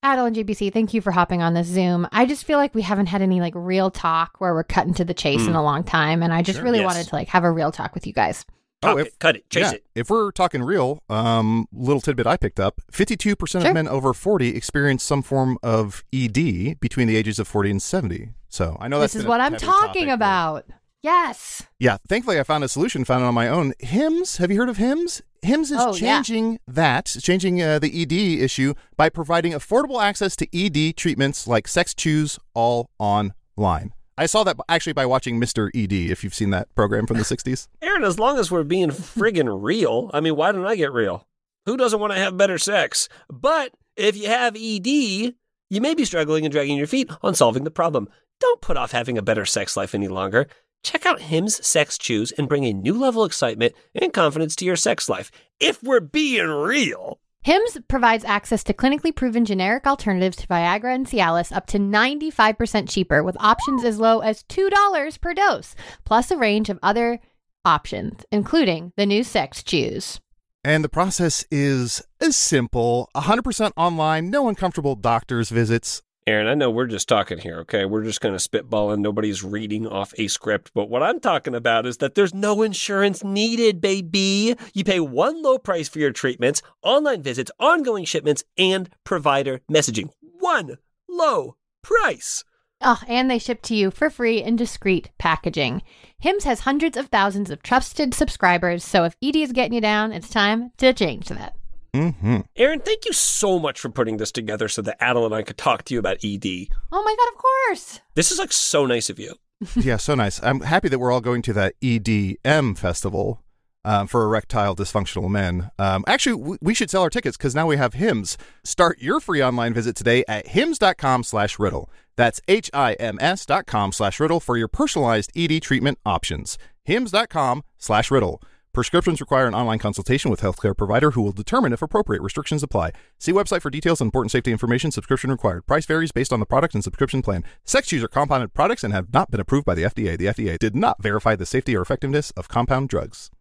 Speaker 7: Adel and JBC, thank you for hopping on this Zoom. I just feel like we haven't had any like real talk where we're cutting to the chase in a long time, and I just
Speaker 9: Hmm. Sure.
Speaker 7: really
Speaker 4: Yes.
Speaker 7: wanted to like have a real talk with you guys.
Speaker 9: Oh,
Speaker 4: Pop
Speaker 9: if-
Speaker 4: it, cut it, chase
Speaker 9: Yeah,
Speaker 4: it.
Speaker 9: If we're talking real, um, little tidbit I picked up: fifty-two percent
Speaker 7: Sure.
Speaker 9: of men over forty experience some form of E ED between the ages of forty and seventy. So I know that's
Speaker 7: this is
Speaker 9: been a
Speaker 7: what I'm
Speaker 9: taboo
Speaker 7: talking
Speaker 9: topic, but-
Speaker 7: about. Yes.
Speaker 9: Yeah, thankfully I found a solution. Found it on my own. Hims. Have you heard of Hims? Hims is
Speaker 7: Oh, yeah.
Speaker 9: changing that, it's changing uh, the ED issue by providing affordable access to ED treatments like sex choose all online. I saw that b- actually by watching Mr. ED. If you've seen that program from the '60s.
Speaker 4: Aaron, as long as we're being friggin' real, I mean, why don't I get real? Who doesn't want to have better sex? But
Speaker 9: If you have ED, you may be struggling and dragging your feet on solving the problem. Don't put off having a better sex life any longer. Check out Hims Sex Chews and bring a new level of excitement and confidence to your sex life. If we're being real.
Speaker 7: Hims provides access to clinically proven generic alternatives to Viagra and Cialis up to 95% cheaper with options as low as $2 per dose, plus a range of other options, including the new sex chews.
Speaker 5: And the process is as simple 100% online, no uncomfortable doctor's visits.
Speaker 9: Aaron, I know we're just talking here, okay? We're just going to spitball and nobody's reading off a script. But what I'm talking about is that there's no insurance needed, baby. You pay one low price for your treatments, online visits, ongoing shipments, and provider messaging. One low price.
Speaker 7: Oh, and they ship to you for free in discreet packaging. Hims has hundreds of thousands of trusted subscribers, so if ED is getting you down, it's time to change that.
Speaker 5: Mm-hmm.
Speaker 9: Aaron, thank you so much for putting this together so that Adel and I could talk to you about ED.
Speaker 7: Oh my god, of course.
Speaker 9: This is like so nice of you.
Speaker 5: yeah, so nice. I'm happy that we're all going to that EDM festival um, for erectile dysfunctional men. Um, actually, w- we should sell our tickets because now we have hymns. Start your free online visit today at hymns.com slash riddle. That's H-I-M-S dot com slash riddle for your personalized ED treatment options. hymns.com slash riddle. Prescriptions require an online consultation with healthcare provider who will determine if appropriate restrictions apply. See website for details on important safety information. Subscription required. Price varies based on the product and subscription plan. Sex chews are compounded products and have not been approved by the FDA. The FDA did not verify the safety or effectiveness of compound drugs.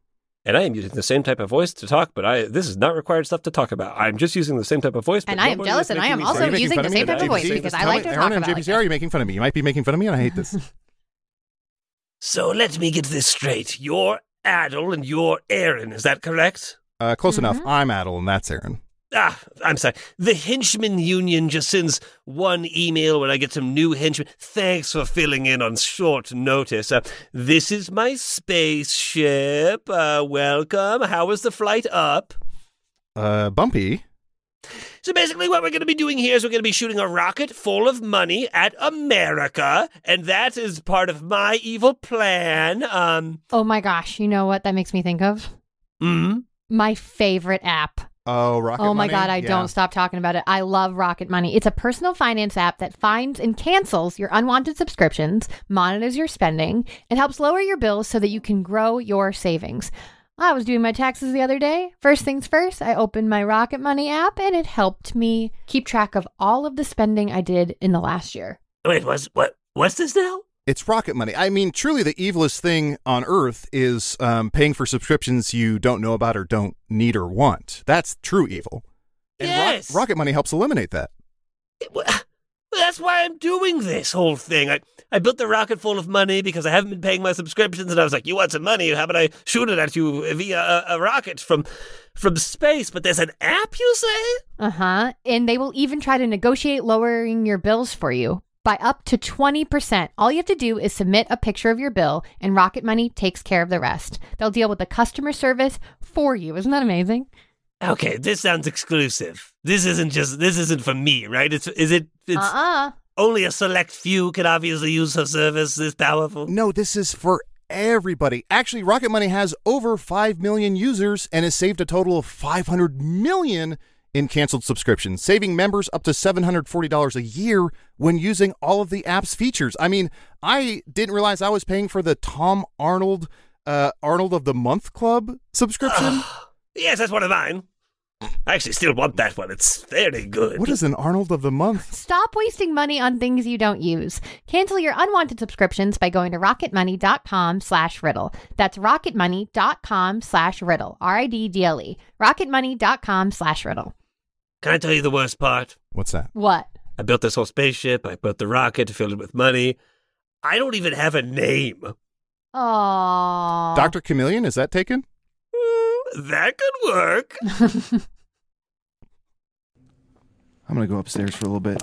Speaker 9: And I am using the same type of voice to talk, but I this is not required stuff to talk about. I'm just using the same type of voce. but
Speaker 7: And I am
Speaker 9: nobody
Speaker 7: jealous
Speaker 9: is
Speaker 7: and I
Speaker 9: making
Speaker 7: am
Speaker 9: me
Speaker 7: also
Speaker 5: Are
Speaker 9: say it.
Speaker 5: you making
Speaker 7: using
Speaker 5: fun
Speaker 7: the
Speaker 5: of me?
Speaker 7: same type of
Speaker 5: Did I
Speaker 7: voice
Speaker 5: see this?
Speaker 7: because I
Speaker 5: Tell
Speaker 7: like
Speaker 5: me-
Speaker 7: to
Speaker 5: Aaron
Speaker 7: talk
Speaker 5: and
Speaker 7: about Mm-hmm.
Speaker 5: JPC,
Speaker 7: like
Speaker 5: are you making fun of me? You might be making fun of me, and I hate this.
Speaker 9: So let me get this straight. You're Adel and you're Aaron, is that correct?
Speaker 5: Uh, close enough.
Speaker 7: Mm-hmm.
Speaker 5: I'm Adel, and that's Aaron.
Speaker 9: Ah, I'm sorry. The henchman union just sends one email when I get some new henchmen. Thanks for filling in on short notice. Uh, this is my spaceship. Uh, welcome. How was the flight up?
Speaker 5: Uh, Bumpy.
Speaker 9: So basically, what we're going to be doing here is we're going to be shooting a rocket full of money at America, and that is part of my evil plan. Um,
Speaker 7: Oh my gosh, you know what that makes me think of?
Speaker 5: Mm-hmm.
Speaker 9: mm,
Speaker 7: My favorite app.
Speaker 5: Oh, Rocket
Speaker 7: oh my
Speaker 5: Money?
Speaker 7: god, I
Speaker 5: Yeah.
Speaker 7: don't stop talking about it. I love Rocket Money. It's a personal finance app that finds and cancels your unwanted subscriptions, monitors your spending, and helps lower your bills so that you can grow your savings. I was doing my taxes the other day. First things first, I opened my Rocket Money app and it helped me keep track of all of the spending I did in the last year.
Speaker 9: wait, what's what? What's this now?
Speaker 5: It's rocket money. I mean, truly, the evilest thing on earth is um, paying for subscriptions you don't know about or don't need or want. That's true evil. And Rock-
Speaker 9: Yes.
Speaker 5: rocket money helps eliminate that.
Speaker 9: It- well, That's why I'm doing this whole thing. I, I built the rocket full of money because I haven't been paying my subscriptions, and I was like, "You want some money? How about I shoot it at you via a, a rocket from from space?" But there's an app, you say?
Speaker 7: Uh huh. And they will even try to negotiate lowering your bills for you by up to 20%. All you have to do is submit a picture of your bill, and Rocket Money takes care of the rest. They'll deal with the customer service for you. Isn't that amazing?
Speaker 9: Okay, this sounds exclusive. This isn't just this isn't for me, right? It's is it? It's
Speaker 7: Uh uh
Speaker 9: only a select few can obviously use her service this powerful.
Speaker 5: No, this is for everybody. Actually, Rocket Money has over 5 million users and has saved a total of 500 million in canceled subscriptions, saving members up to $740 a year when using all of the app's features. I mean, I didn't realize I was paying for the Tom Arnold uh, Arnold of the Month Club subscription.
Speaker 9: Yes, that's one of mine. I actually still want that one. It's very good.
Speaker 5: what is an Arnold of the Month?
Speaker 7: Stop wasting money on things you don't use. Cancel your unwanted subscriptions by going to rocketmoney.com slash riddle. That's rocketmoney.com slash riddle. R-I-D-D-L-E. E. Rocketmoney.com slash riddle.
Speaker 9: Can I tell you the worst part?
Speaker 5: What's that?
Speaker 7: What?
Speaker 9: I built this whole spaceship. I built the rocket, filled it with money. I don't even have a name.
Speaker 7: Oh.
Speaker 5: Dr. Chameleon, is that taken?
Speaker 9: Mm, that could work.
Speaker 10: I'm gonna go upstairs for a little bit.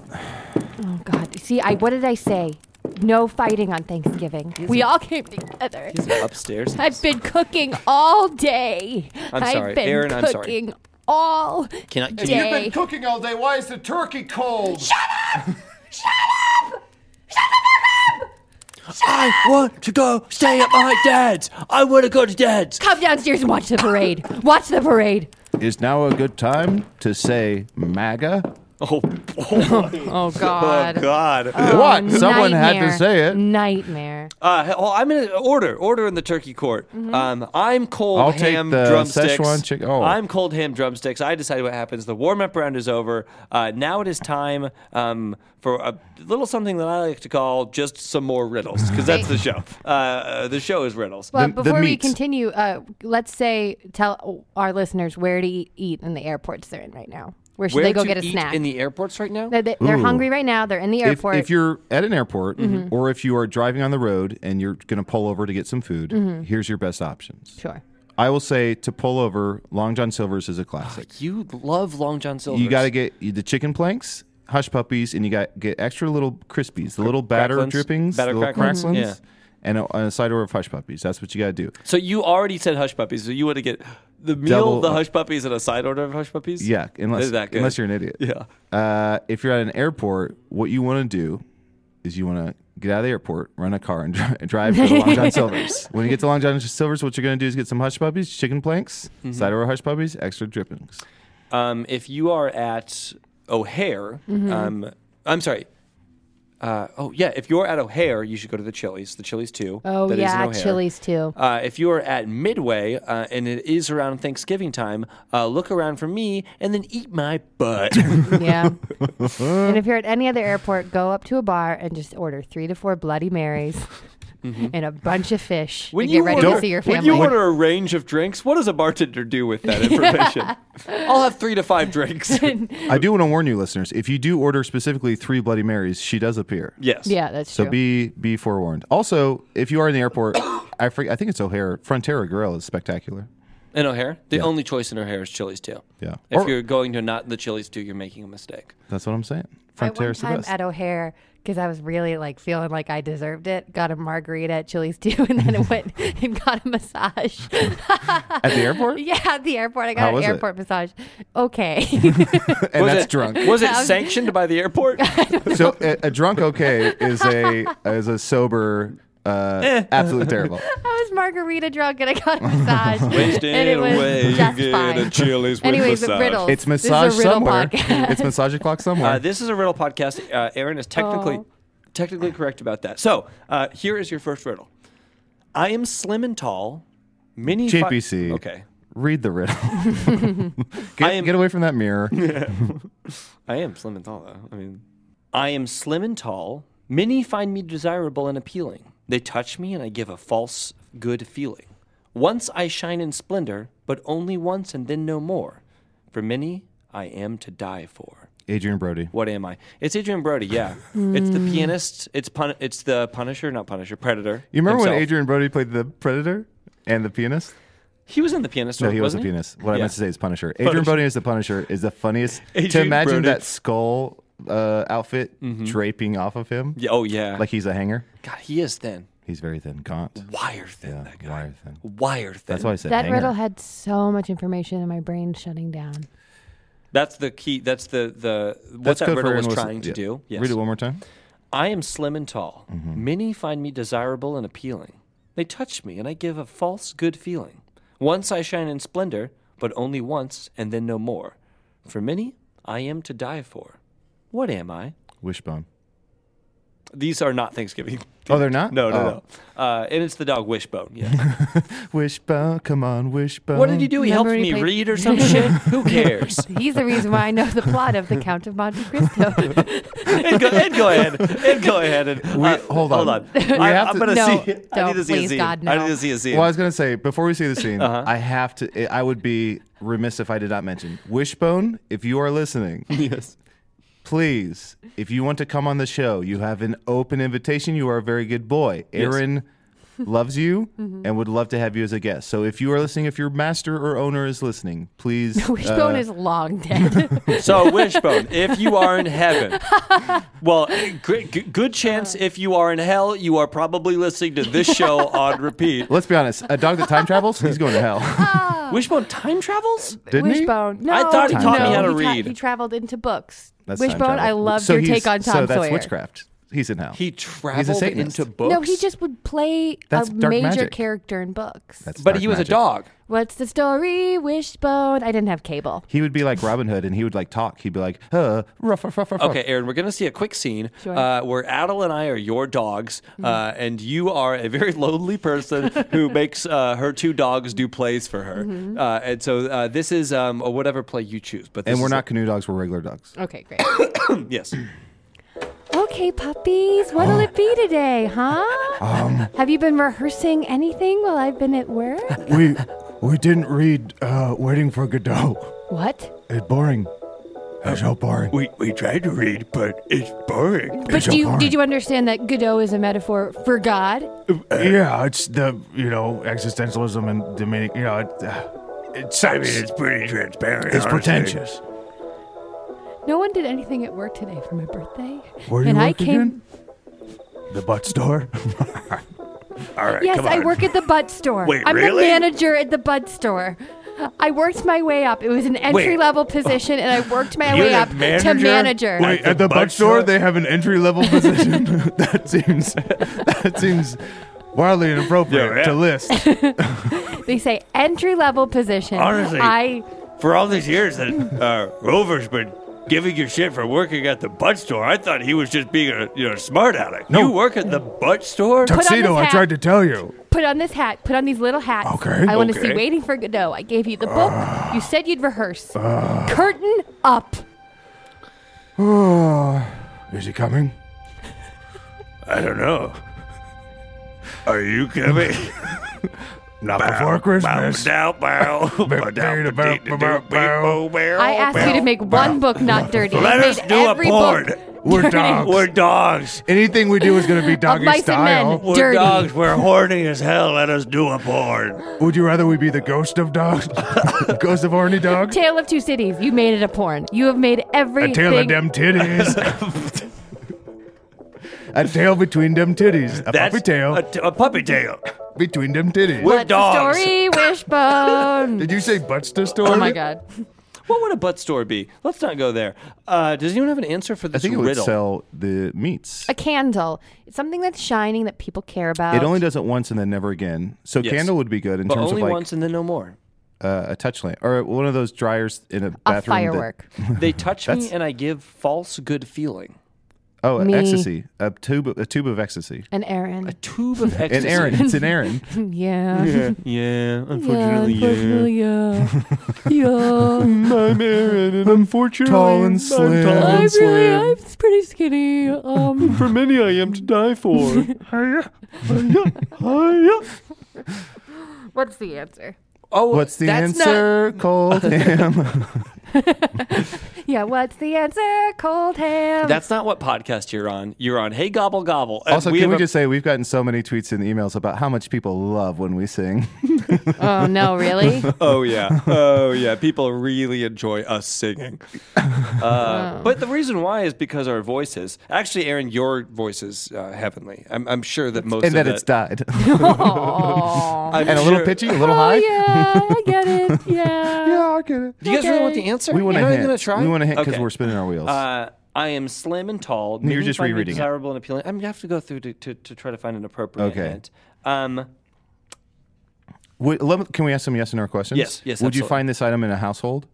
Speaker 7: Oh God! See, I what did I say? No fighting on Thanksgiving. We all came together.
Speaker 6: He's upstairs.
Speaker 7: I've been cooking all day.
Speaker 6: I'm
Speaker 7: have
Speaker 6: sorry.
Speaker 7: been
Speaker 6: Aaron, I'm sorry.
Speaker 7: cooking all
Speaker 6: Can I- can you-
Speaker 7: day.
Speaker 10: cooking all day. Why is the turkey cold?
Speaker 11: I want to go stay at my dad's. I want to go to dad's.
Speaker 7: Come downstairs and watch the parade. Watch the parade.
Speaker 10: Is now a good time to say MAGA?
Speaker 9: Oh, oh,
Speaker 7: Oh God.
Speaker 9: oh, God.
Speaker 7: Oh,
Speaker 5: What? Someone had to
Speaker 7: nightmare.
Speaker 5: say it.
Speaker 7: Nightmare.
Speaker 6: Uh, well, I'm in order. Order in the turkey court.
Speaker 7: Mm-hmm.
Speaker 6: Um, I'm cold
Speaker 5: I'll take
Speaker 6: ham
Speaker 5: the
Speaker 6: drumsticks.
Speaker 5: Szechuan chick- oh.
Speaker 6: I'm cold ham drumsticks. I decide what happens. The warm up round is over. Uh, now it is time um, for a little something that I like to call just some more riddles because that's the show. Uh, the show is riddles.
Speaker 7: Well,
Speaker 5: The- the
Speaker 7: before we
Speaker 5: meats.
Speaker 7: continue, uh, let's say tell our listeners where to eat, eat in the airports they're in right now. Where should
Speaker 6: Where
Speaker 7: they go
Speaker 6: to
Speaker 7: get a
Speaker 6: eat
Speaker 7: snack?
Speaker 6: in the airports right now?
Speaker 7: they're, they're
Speaker 5: Ooh.
Speaker 7: hungry right now. They're in the
Speaker 5: If,
Speaker 7: airport. Mm-hmm.
Speaker 5: if you're at an airport or if you are driving on the road and you're going to pull over to get some food,
Speaker 7: Mm-hmm.
Speaker 5: here's your best options.
Speaker 7: sure.
Speaker 5: I will say to pull over, Long John Silver's is a classic.
Speaker 6: you love Long John Silver's.
Speaker 5: You got to get the chicken planks, hush puppies, and you got get extra little crispies, the little batter
Speaker 6: cracklins?
Speaker 5: drippings,
Speaker 6: Batter
Speaker 5: the little
Speaker 6: cracklins?
Speaker 5: cracklins,
Speaker 6: Yeah.
Speaker 5: and a, and a side order of hush puppies. That's what you got to do.
Speaker 6: So you already said hush puppies. So you want to get the meal,
Speaker 5: Double-
Speaker 6: the hush puppies, and a side order of hush puppies?
Speaker 5: Yeah, unless
Speaker 6: Is that good?
Speaker 5: unless you're an idiot.
Speaker 6: Yeah.
Speaker 5: Uh, if you're at an airport, what you want to do is you want to get out of the airport, run a car, and, dri- and drive to the Long John Silver's. When you get to Long John Silver's, what you're going to do is get some hush puppies, chicken planks,
Speaker 7: Mm-hmm.
Speaker 5: side order hush puppies, extra drippings.
Speaker 6: Um, if you are at O'Hare,
Speaker 7: Mm-hmm.
Speaker 6: um, I'm sorry. Uh, oh yeah, if you're at O'Hare, you should go to the Chili's. The Chili's too.
Speaker 7: Oh
Speaker 6: that is in
Speaker 7: yeah,
Speaker 6: O'Hare.
Speaker 7: chilies too.
Speaker 6: Uh, if you are at Midway uh, and it is around Thanksgiving time, uh, look around for me and then eat my butt.
Speaker 7: yeah. and if you're at any other airport, go up to a bar and just order three to four Bloody Marys and a bunch of fish
Speaker 6: Mm-hmm. When
Speaker 7: to get
Speaker 6: you
Speaker 7: ready
Speaker 6: order,
Speaker 7: to see your
Speaker 6: when you
Speaker 7: family.
Speaker 6: order a range of drinks, what does a bartender do with that information? I'll have three to five drinks.
Speaker 5: I do want to warn you, listeners, if you do order specifically three Bloody Marys, she does appear.
Speaker 6: yes.
Speaker 7: yeah, that's
Speaker 5: So
Speaker 7: true.
Speaker 5: be be forewarned. Also, if you are in the airport, I forget, I think it's O'Hare. Frontera Grill is spectacular.
Speaker 6: In O'Hare, the only choice in O'Hare is Chili's too.
Speaker 5: Yeah.
Speaker 6: If
Speaker 5: Or-
Speaker 6: you're going to not the Chili's too, you're making a mistake.
Speaker 5: That's what I'm saying.
Speaker 7: I one
Speaker 5: Frontera's the
Speaker 7: time
Speaker 5: best.
Speaker 7: at O'Hare because I was really like feeling like I deserved it. Got a margarita at Chili's too, and then I went and got a massage.
Speaker 5: At the airport,
Speaker 7: yeah, at the airport, I got
Speaker 5: How
Speaker 7: an
Speaker 5: was it?
Speaker 7: airport massage. Okay,
Speaker 5: and that's
Speaker 6: it,
Speaker 5: drunk.
Speaker 6: Was it sanctioned by the airport?
Speaker 5: So a, a drunk okay is a is a sober uh, absolutely terrible.
Speaker 7: I was margarita drunk and I got a massage,
Speaker 6: Wasted
Speaker 7: and it was
Speaker 9: away, you
Speaker 7: just
Speaker 9: get
Speaker 7: fine.
Speaker 9: a Chili's with
Speaker 7: Anyways, but
Speaker 9: massage.
Speaker 7: riddles.
Speaker 5: It's
Speaker 7: This is a
Speaker 5: massage
Speaker 7: riddle
Speaker 5: somewhere.
Speaker 7: podcast.
Speaker 5: it's massage o'clock somewhere.
Speaker 6: uh, this is a riddle podcast. Uh, Aaron is technically
Speaker 7: Oh.
Speaker 6: technically correct about that. So uh, here is your first riddle. I am slim and tall. Mini fi-
Speaker 5: JPC.
Speaker 6: okay.
Speaker 5: Read the riddle. get,
Speaker 6: I am-
Speaker 5: get away from that mirror.
Speaker 6: I am slim and tall, though. I mean, I am slim and tall. Many find me desirable and appealing. They touch me, and I give a false good feeling. Once I shine in splendor, but only once and then no more. For many, I am to die for.
Speaker 5: Adrian Brody.
Speaker 6: What am I? It's Adrian Brody, yeah. it's the pianist. It's pun- It's the Punisher, not Punisher, Predator.
Speaker 5: You remember when
Speaker 6: himself.
Speaker 5: Adrian Brody played the Predator and the pianist?
Speaker 6: He was in the pianist.
Speaker 5: No, he was a
Speaker 6: wasn't
Speaker 5: penis. What I
Speaker 6: Yeah.
Speaker 5: meant to say is Punisher. Adrian Brody is the Punisher is the funniest. to
Speaker 6: Adrian
Speaker 5: imagine
Speaker 6: Brody.
Speaker 5: that skull uh, outfit draping off of him,
Speaker 6: Yeah, oh yeah.
Speaker 5: like he's a hanger.
Speaker 6: God, he is thin,
Speaker 5: He's very thin, gaunt.
Speaker 6: wire thin.
Speaker 5: Yeah,
Speaker 6: that guy.
Speaker 5: wire thin.
Speaker 6: Wire thin.
Speaker 5: That's why I said
Speaker 7: that
Speaker 5: hanger.
Speaker 7: riddle had so much information, and my brain shutting down.
Speaker 6: That's the key. That's the the what
Speaker 5: That's
Speaker 6: that
Speaker 5: good for
Speaker 6: riddle was
Speaker 5: everyone
Speaker 6: trying to
Speaker 5: listening.
Speaker 6: do.
Speaker 5: Yeah.
Speaker 6: Yes.
Speaker 5: Read it one more time.
Speaker 6: I am slim and tall.
Speaker 5: Mm-hmm.
Speaker 6: Many find me desirable and appealing. They touch me, and I give a false good feeling. Once I shine in splendor, but only once, and then no more. For many, I am to die for. What am I?
Speaker 5: Wishbone.
Speaker 6: These are not Thanksgiving.
Speaker 5: Oh, they're not.
Speaker 6: No, no,
Speaker 5: Oh.
Speaker 6: no. Uh, and it's the dog Wishbone. Yeah.
Speaker 5: Wishbone, come on, wishbone.
Speaker 6: what did he do? He
Speaker 7: Remember
Speaker 6: helped
Speaker 7: when he
Speaker 6: me
Speaker 7: played-
Speaker 6: read or some shit. Who cares?
Speaker 7: He's the reason why I know the plot of The Count of Monte Cristo.
Speaker 6: and, go, and go ahead. And go ahead. And uh,
Speaker 5: hold on.
Speaker 6: Hold on.
Speaker 5: We
Speaker 6: I,
Speaker 5: have
Speaker 6: am
Speaker 5: to-
Speaker 6: gonna
Speaker 7: No,
Speaker 6: see. I need
Speaker 7: don't.
Speaker 6: to see a
Speaker 7: Please,
Speaker 6: scene.
Speaker 7: God,
Speaker 6: I
Speaker 7: no.
Speaker 6: need to see a scene.
Speaker 5: Well, I was gonna say before we see the scene,
Speaker 6: Uh-huh.
Speaker 5: I have to. I would be remiss if I did not mention Wishbone. If you are listening, yes, please. If you want to come on the show, you have an open invitation. You are a very good boy. Aaron loves you and would love to have you as a guest. So if you are listening, if your master or owner is listening, please. uh,
Speaker 6: Uh,
Speaker 7: Wishbone is long dead.
Speaker 6: So, Wishbone, if you are in heaven, well, g- g- good chance if you are in hell, you are probably listening to this show on repeat.
Speaker 5: Let's be honest. A dog that time travels, he's going to hell.
Speaker 6: Wishbone time travels?
Speaker 5: Didn't he?
Speaker 7: Wishbone. No,
Speaker 6: I thought he
Speaker 5: taught me
Speaker 7: no,
Speaker 5: how
Speaker 6: to
Speaker 7: he
Speaker 6: read.
Speaker 7: he traveled into books.
Speaker 5: That's time
Speaker 7: Wishbone, I
Speaker 5: travel.
Speaker 7: loved
Speaker 5: So
Speaker 7: your
Speaker 5: he's-
Speaker 7: take on Tom
Speaker 5: so that's
Speaker 7: Sawyer.
Speaker 5: witchcraft. He's in hell.
Speaker 6: He traveled
Speaker 5: Satanist.
Speaker 6: into books.
Speaker 7: No, he just would play
Speaker 5: That's
Speaker 7: a
Speaker 5: dark
Speaker 7: major
Speaker 5: magic.
Speaker 7: character in books.
Speaker 5: That's
Speaker 6: But
Speaker 5: dark
Speaker 6: he was
Speaker 5: magic.
Speaker 6: a dog.
Speaker 7: What's the story? Wishbone. I didn't have cable.
Speaker 5: He would be like Robin Hood, and he would like talk. He'd be like, "Huh, ruff, ruff, ruff, ruff."
Speaker 6: Okay, Aaron, we're going to see a quick scene
Speaker 7: Sure.
Speaker 6: uh, where Adele and I are your dogs, uh, and you are a very lonely person who makes uh, her two dogs do plays for her. Uh, and so uh, this is um, a whatever play you choose. But this
Speaker 5: And we're
Speaker 6: is-
Speaker 5: not canoe dogs; we're regular dogs.
Speaker 7: Okay, great.
Speaker 6: yes.
Speaker 7: okay, puppies. What'll it be today, huh?
Speaker 5: Um.
Speaker 7: have you been rehearsing anything while I've been at work?
Speaker 5: We we didn't read uh, Waiting for Godot.
Speaker 7: what?
Speaker 5: It's boring. It's so boring.
Speaker 12: We, we tried to read, but it's boring.
Speaker 7: But do you, did you understand that Godot is a metaphor for God?
Speaker 8: yeah, it's the you know existentialism and Dominic. You know, it, uh, it's
Speaker 12: I mean, it's pretty transparent.
Speaker 8: it's
Speaker 12: honestly.
Speaker 8: pretentious.
Speaker 7: No one did anything at work today for my birthday.
Speaker 8: Where do you
Speaker 7: and I
Speaker 8: work
Speaker 7: came.
Speaker 8: again? The butt store.
Speaker 12: All right,
Speaker 7: Yes,
Speaker 12: come
Speaker 7: I
Speaker 12: on.
Speaker 7: work at the butt store.
Speaker 12: Wait,
Speaker 7: I'm the
Speaker 12: really?
Speaker 7: manager at the butt store. I worked my way up. It was an entry level position, and I worked my
Speaker 12: You're
Speaker 7: way
Speaker 12: the
Speaker 7: up to manager.
Speaker 12: Wait,
Speaker 8: at the butt store, they have an entry level position. that seems that seems wildly inappropriate
Speaker 12: Yeah, yeah.
Speaker 8: to list.
Speaker 7: They say entry level position.
Speaker 12: Honestly.
Speaker 7: I
Speaker 12: For all these years that uh, Rover's been giving you shit for working at the butt store, I thought he was just being a you know smart aleck.
Speaker 8: No.
Speaker 12: You work at the butt store?
Speaker 7: on
Speaker 8: Tuxedo,
Speaker 7: this
Speaker 8: I
Speaker 7: hat.
Speaker 8: tried to tell you.
Speaker 7: put on this hat. Put on these little hats.
Speaker 8: Okay, Ah.
Speaker 7: I want to see
Speaker 12: okay.
Speaker 7: Waiting for Godot. I gave you the book. you said you'd rehearse. Curtain up.
Speaker 8: Is he coming?
Speaker 12: I don't know. Are you coming?
Speaker 8: Not before Christmas.
Speaker 12: Bow, bow, bow, bow,
Speaker 8: Bow, bow, bow, bow,
Speaker 12: bow, bow,
Speaker 7: I asked you to
Speaker 12: bow.
Speaker 7: make one book not dirty.
Speaker 12: Let
Speaker 7: You
Speaker 12: us
Speaker 7: made
Speaker 12: do a
Speaker 7: every
Speaker 12: board.
Speaker 7: book
Speaker 8: We're
Speaker 7: dirty.
Speaker 8: dogs.
Speaker 12: We're dogs.
Speaker 8: Anything we do is going to be doggy
Speaker 7: mice and
Speaker 8: style.
Speaker 7: men.
Speaker 12: We're
Speaker 7: Dirty.
Speaker 12: dogs. We're horny as hell. Let us do a porn.
Speaker 8: Would you rather we be the ghost of dogs? ghost of horny dogs?
Speaker 7: Tale of Two Cities. You made it a porn. You have made every
Speaker 8: A tail of them titties. a tail between them titties. A puppy tail
Speaker 12: A, t- a puppy tail.
Speaker 8: between them titties.
Speaker 12: We're
Speaker 7: What's
Speaker 12: dogs.
Speaker 7: the story? Wishbone.
Speaker 8: Did you say butts to store?
Speaker 7: oh my god.
Speaker 6: What would a butt store be? Let's not go there. Uh, does anyone have an answer for
Speaker 5: I
Speaker 6: this
Speaker 5: think it would
Speaker 6: riddle?
Speaker 5: sell the meats.
Speaker 7: A candle. It's something that's shining that people care about.
Speaker 5: It only does it once and then never again. So
Speaker 6: Yes.
Speaker 5: candle would be good in
Speaker 6: but
Speaker 5: terms
Speaker 6: only
Speaker 5: of like
Speaker 6: once and then no more.
Speaker 5: uh, a touch lamp or one of those dryers in a bathroom.
Speaker 7: a
Speaker 5: that-
Speaker 7: firework.
Speaker 6: They touch me and I give false good feeling.
Speaker 5: oh,
Speaker 7: Me.
Speaker 5: ecstasy. A tube. A tube of ecstasy.
Speaker 7: An errand.
Speaker 6: A tube of ecstasy.
Speaker 5: An Aaron. It's an Aaron.
Speaker 7: yeah. Yeah.
Speaker 6: Yeah, unfortunately, yeah.
Speaker 7: unfortunately, yeah. yeah.
Speaker 5: I'm Aaron, and unfortunately, tall and slim.
Speaker 8: tall
Speaker 7: I'm really, I'm pretty skinny. Um,
Speaker 8: For many I am to die for.
Speaker 7: what's the answer?
Speaker 6: Oh,
Speaker 5: What's the
Speaker 6: that's not-
Speaker 5: answer? Cold ham.
Speaker 7: Yeah, what's the answer? Cold ham.
Speaker 6: That's not what podcast you're on. You're on Hey Gobble Gobble. And
Speaker 5: also, can
Speaker 6: have
Speaker 5: we
Speaker 6: a-
Speaker 5: just say we've gotten so many tweets and emails about how much people love when we sing.
Speaker 7: oh no, really?
Speaker 6: Oh yeah, oh yeah. People really enjoy us singing. Uh, But the reason why is because our voices. Actually, Aaron, your voice is uh, heavenly. I'm, I'm sure that most
Speaker 5: and
Speaker 6: of
Speaker 5: that it's died.
Speaker 7: Aw.
Speaker 6: I'm
Speaker 5: and a little
Speaker 6: sure-
Speaker 5: pitchy, a little
Speaker 7: oh
Speaker 5: high.
Speaker 7: yeah, I get it. Yeah.
Speaker 5: Yeah, I get it.
Speaker 6: Do you guys really want
Speaker 7: Okay.
Speaker 6: the answer?
Speaker 5: We want to
Speaker 6: You're not
Speaker 5: hint.
Speaker 6: even gonna try.
Speaker 5: We want to hint because
Speaker 6: Okay.
Speaker 5: we're spinning our wheels.
Speaker 6: Uh, I am slim and tall.
Speaker 5: you're
Speaker 6: maybe
Speaker 5: just
Speaker 6: finally
Speaker 5: rereading it.
Speaker 6: Desirable and appealing. I'm gonna have to go through to, to, to try to find an appropriate
Speaker 5: Okay.
Speaker 6: hint. Um,
Speaker 5: Would- lem- can we ask some yes and no questions?
Speaker 6: Yes, yes,
Speaker 5: Would you
Speaker 6: absolutely.
Speaker 5: find this item in a household,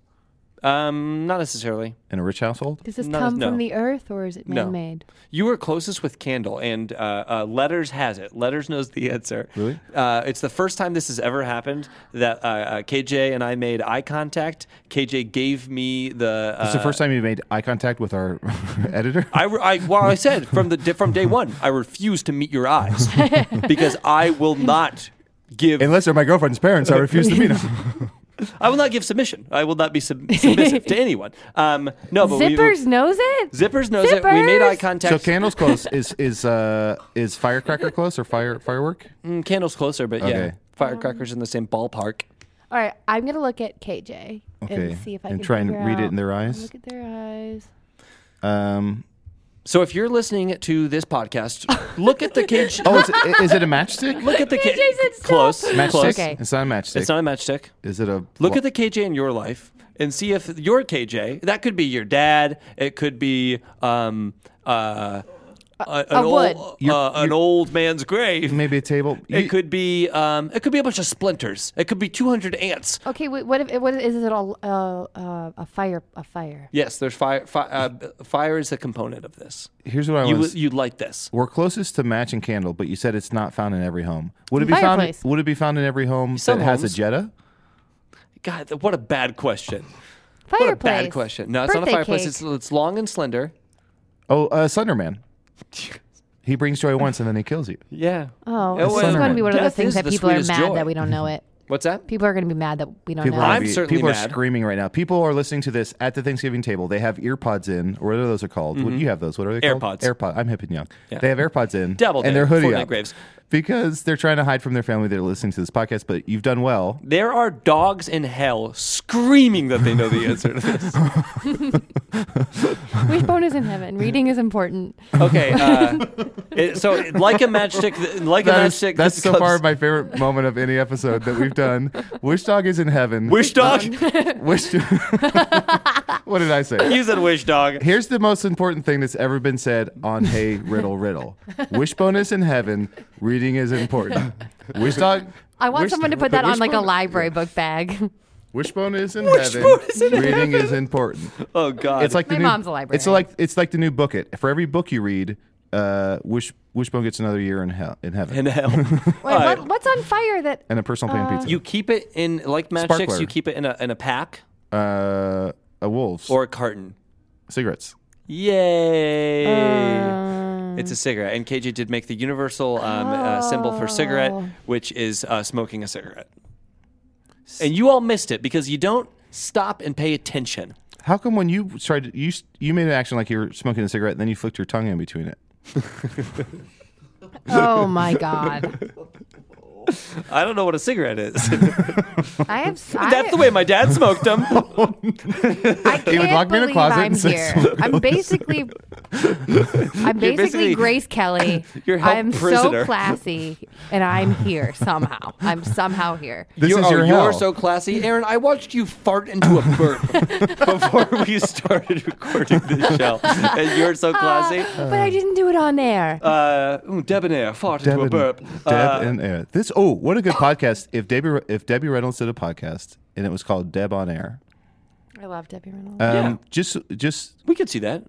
Speaker 6: um, not necessarily.
Speaker 5: in a rich household?
Speaker 7: Does this
Speaker 6: No,
Speaker 7: come
Speaker 6: no.
Speaker 7: from the earth or is it
Speaker 6: No.
Speaker 7: man-made?
Speaker 6: You were closest with Candle, and uh, uh, Letters has it. Letters knows the answer.
Speaker 5: Really?
Speaker 6: Uh, it's the first time this has ever happened that uh, uh, KJ and I made eye contact. KJ gave me the. Uh,
Speaker 5: It's the first time you made eye contact with our editor.
Speaker 6: I, re- I well, I said from the di- from day one, I refuse to meet your eyes because I will not give.
Speaker 5: Unless they're my girlfriend's parents, I refuse to meet them.
Speaker 6: I will not give submission. I will not be sub- submissive to anyone. Um, no, but we-
Speaker 7: Zippers knows it.
Speaker 6: Zippers knows it. We made
Speaker 7: Zippers!
Speaker 6: eye contact.
Speaker 5: so candles close is is uh is firecracker close or fire firework?
Speaker 6: Mm, candles closer, but yeah,
Speaker 5: Okay.
Speaker 6: firecrackers in the same ballpark.
Speaker 7: All right, I'm gonna look at KJ
Speaker 5: Okay,
Speaker 7: and see if I
Speaker 5: and
Speaker 7: can
Speaker 5: try and
Speaker 7: figure
Speaker 5: read it
Speaker 7: out-
Speaker 5: in their eyes?
Speaker 7: Look at their eyes.
Speaker 5: Um,
Speaker 6: So if you're listening to this podcast, look at the cage.
Speaker 5: oh, is it, is it a matchstick?
Speaker 6: Look at the cage.
Speaker 7: KJ said stop.
Speaker 6: Close.
Speaker 5: matchstick.
Speaker 6: Close.
Speaker 7: Okay.
Speaker 5: It's not a matchstick.
Speaker 6: It's not a matchstick.
Speaker 5: is it a
Speaker 6: Look at the KJ in your life and see if your KJ. That could be your dad. It could be um, uh, a,
Speaker 7: a
Speaker 6: an
Speaker 7: wood.
Speaker 6: old uh, an old man's grave.
Speaker 5: Maybe a table.
Speaker 6: It
Speaker 5: You-
Speaker 6: could be um, it could be a bunch of splinters. It could be 200 ants.
Speaker 7: Okay, wait, what if what is it all uh, uh, a fire a fire?
Speaker 6: Yes, there's fire. Fi- uh, fire is a component of this.
Speaker 5: Here's what I
Speaker 6: you
Speaker 5: want.
Speaker 6: would- you'd like this.
Speaker 5: We're closest to match and candle, but you said it's not found in every home. Would it be
Speaker 7: Fireplace.
Speaker 5: found? Would it be found in every home
Speaker 6: Some
Speaker 5: that has
Speaker 6: homes.
Speaker 5: a Jetta?
Speaker 6: God, th- what a bad question.
Speaker 7: Fireplace.
Speaker 6: What a bad question. No, it's
Speaker 7: Birthday
Speaker 6: not a fireplace.
Speaker 7: cake.
Speaker 6: It's, it's long and slender.
Speaker 5: Oh, uh, Slenderman. he brings joy once and then he kills you.
Speaker 6: Yeah.
Speaker 7: Oh,
Speaker 6: It
Speaker 7: this is
Speaker 6: was-
Speaker 7: going to be one of those
Speaker 6: Death
Speaker 7: things
Speaker 6: is
Speaker 7: that
Speaker 6: the
Speaker 7: people are
Speaker 6: sweetest
Speaker 7: mad
Speaker 6: joy.
Speaker 7: that we don't know it.
Speaker 6: What's that?
Speaker 7: People are going to be mad that we don't
Speaker 5: People,
Speaker 7: know.
Speaker 5: are,
Speaker 6: I'm
Speaker 7: it.
Speaker 5: gonna be-
Speaker 6: certainly
Speaker 5: people
Speaker 6: mad.
Speaker 5: are screaming right now. People are listening to this at the Thanksgiving table. They have ear pods in, or what are those are called? What, you have those. What are they called?
Speaker 6: Mm-hmm. AirPods.
Speaker 5: AirPod. I'm hip and young. They have AirPods in.
Speaker 6: Double
Speaker 5: and they're
Speaker 6: dare.
Speaker 5: hoodie
Speaker 6: Fortnite
Speaker 5: up
Speaker 6: Graves.
Speaker 5: because they're trying to hide from their family. They're listening to this podcast, but you've done well.
Speaker 6: There are dogs in hell screaming that they know the answer to this.
Speaker 7: Wishbone is in heaven. Reading is important.
Speaker 6: Okay, uh, it- so like a matchstick, th- like a
Speaker 5: That is-
Speaker 6: matchstick.
Speaker 5: that's
Speaker 6: this
Speaker 5: so
Speaker 6: comes-
Speaker 5: far my favorite moment of any episode that we've done. Wish Dog is in heaven.
Speaker 6: wish dog.
Speaker 5: Wish. what did I say?
Speaker 6: you said wish dog.
Speaker 5: Here's the most important thing that's ever been said on Hey Riddle Riddle. Wishbone is in heaven. Reading is important. Wish Dog.
Speaker 7: I want
Speaker 5: wish-
Speaker 7: someone to put that on like a
Speaker 5: Wishbone-
Speaker 7: library book bag.
Speaker 5: Wishbone is in
Speaker 6: Wishbone
Speaker 5: heaven.
Speaker 6: is in
Speaker 5: reading is important.
Speaker 6: Oh god.
Speaker 5: It's like
Speaker 7: My
Speaker 5: the new,
Speaker 7: mom's a librarian.
Speaker 5: It's like it's like the new book. It for every book you read, uh, Wish Wishbone gets another year in hell in heaven
Speaker 6: in hell.
Speaker 7: Wait, what, what's on fire that
Speaker 5: and a personal
Speaker 7: Oh.
Speaker 5: pan pizza.
Speaker 6: You keep it in like matchsticks.
Speaker 5: Sparkler.
Speaker 6: You keep it in a in a pack
Speaker 5: uh, a wolves
Speaker 6: or a carton.
Speaker 5: cigarettes.
Speaker 6: Yay!
Speaker 5: Uh.
Speaker 6: it's a cigarette, and KJ did make the universal um, uh, symbol for cigarette,
Speaker 5: Oh.
Speaker 6: which is uh, smoking a cigarette. And you all missed it because you don't stop and pay attention.
Speaker 5: How come when you tried to, you s- you made an action like you were smoking a cigarette, and then you flicked your tongue in between it?
Speaker 7: Oh my god!
Speaker 6: I don't know what a cigarette is.
Speaker 7: I have.
Speaker 6: That's the way my dad smoked them.
Speaker 7: I can't
Speaker 5: would lock me in a
Speaker 7: believe
Speaker 5: closet
Speaker 7: I'm
Speaker 5: and say
Speaker 7: here.
Speaker 5: something.
Speaker 7: I'm basically. I'm basically,
Speaker 6: basically-
Speaker 7: Grace Kelly.
Speaker 6: You're held
Speaker 7: I'm
Speaker 6: prisoner.
Speaker 7: so classy, and I'm here somehow. I'm somehow here.
Speaker 5: This
Speaker 6: you're,
Speaker 5: is your
Speaker 6: oh,
Speaker 5: hell.
Speaker 6: You're so classy, Aaron. I watched you fart into a burp before we started recording this show, and you're so classy.
Speaker 7: but I didn't do it on air.
Speaker 6: Uh, ooh, debonair fart into a
Speaker 5: Deb
Speaker 6: burp.
Speaker 5: and,
Speaker 6: Uh,
Speaker 5: Ah. Deb and Air. This oh, what a good podcast! If Debbie if Debbie Reynolds did a podcast and it was called Deb on Air,
Speaker 7: I love Debbie Reynolds.
Speaker 5: um,
Speaker 6: Yeah.
Speaker 5: just just
Speaker 6: we could see that.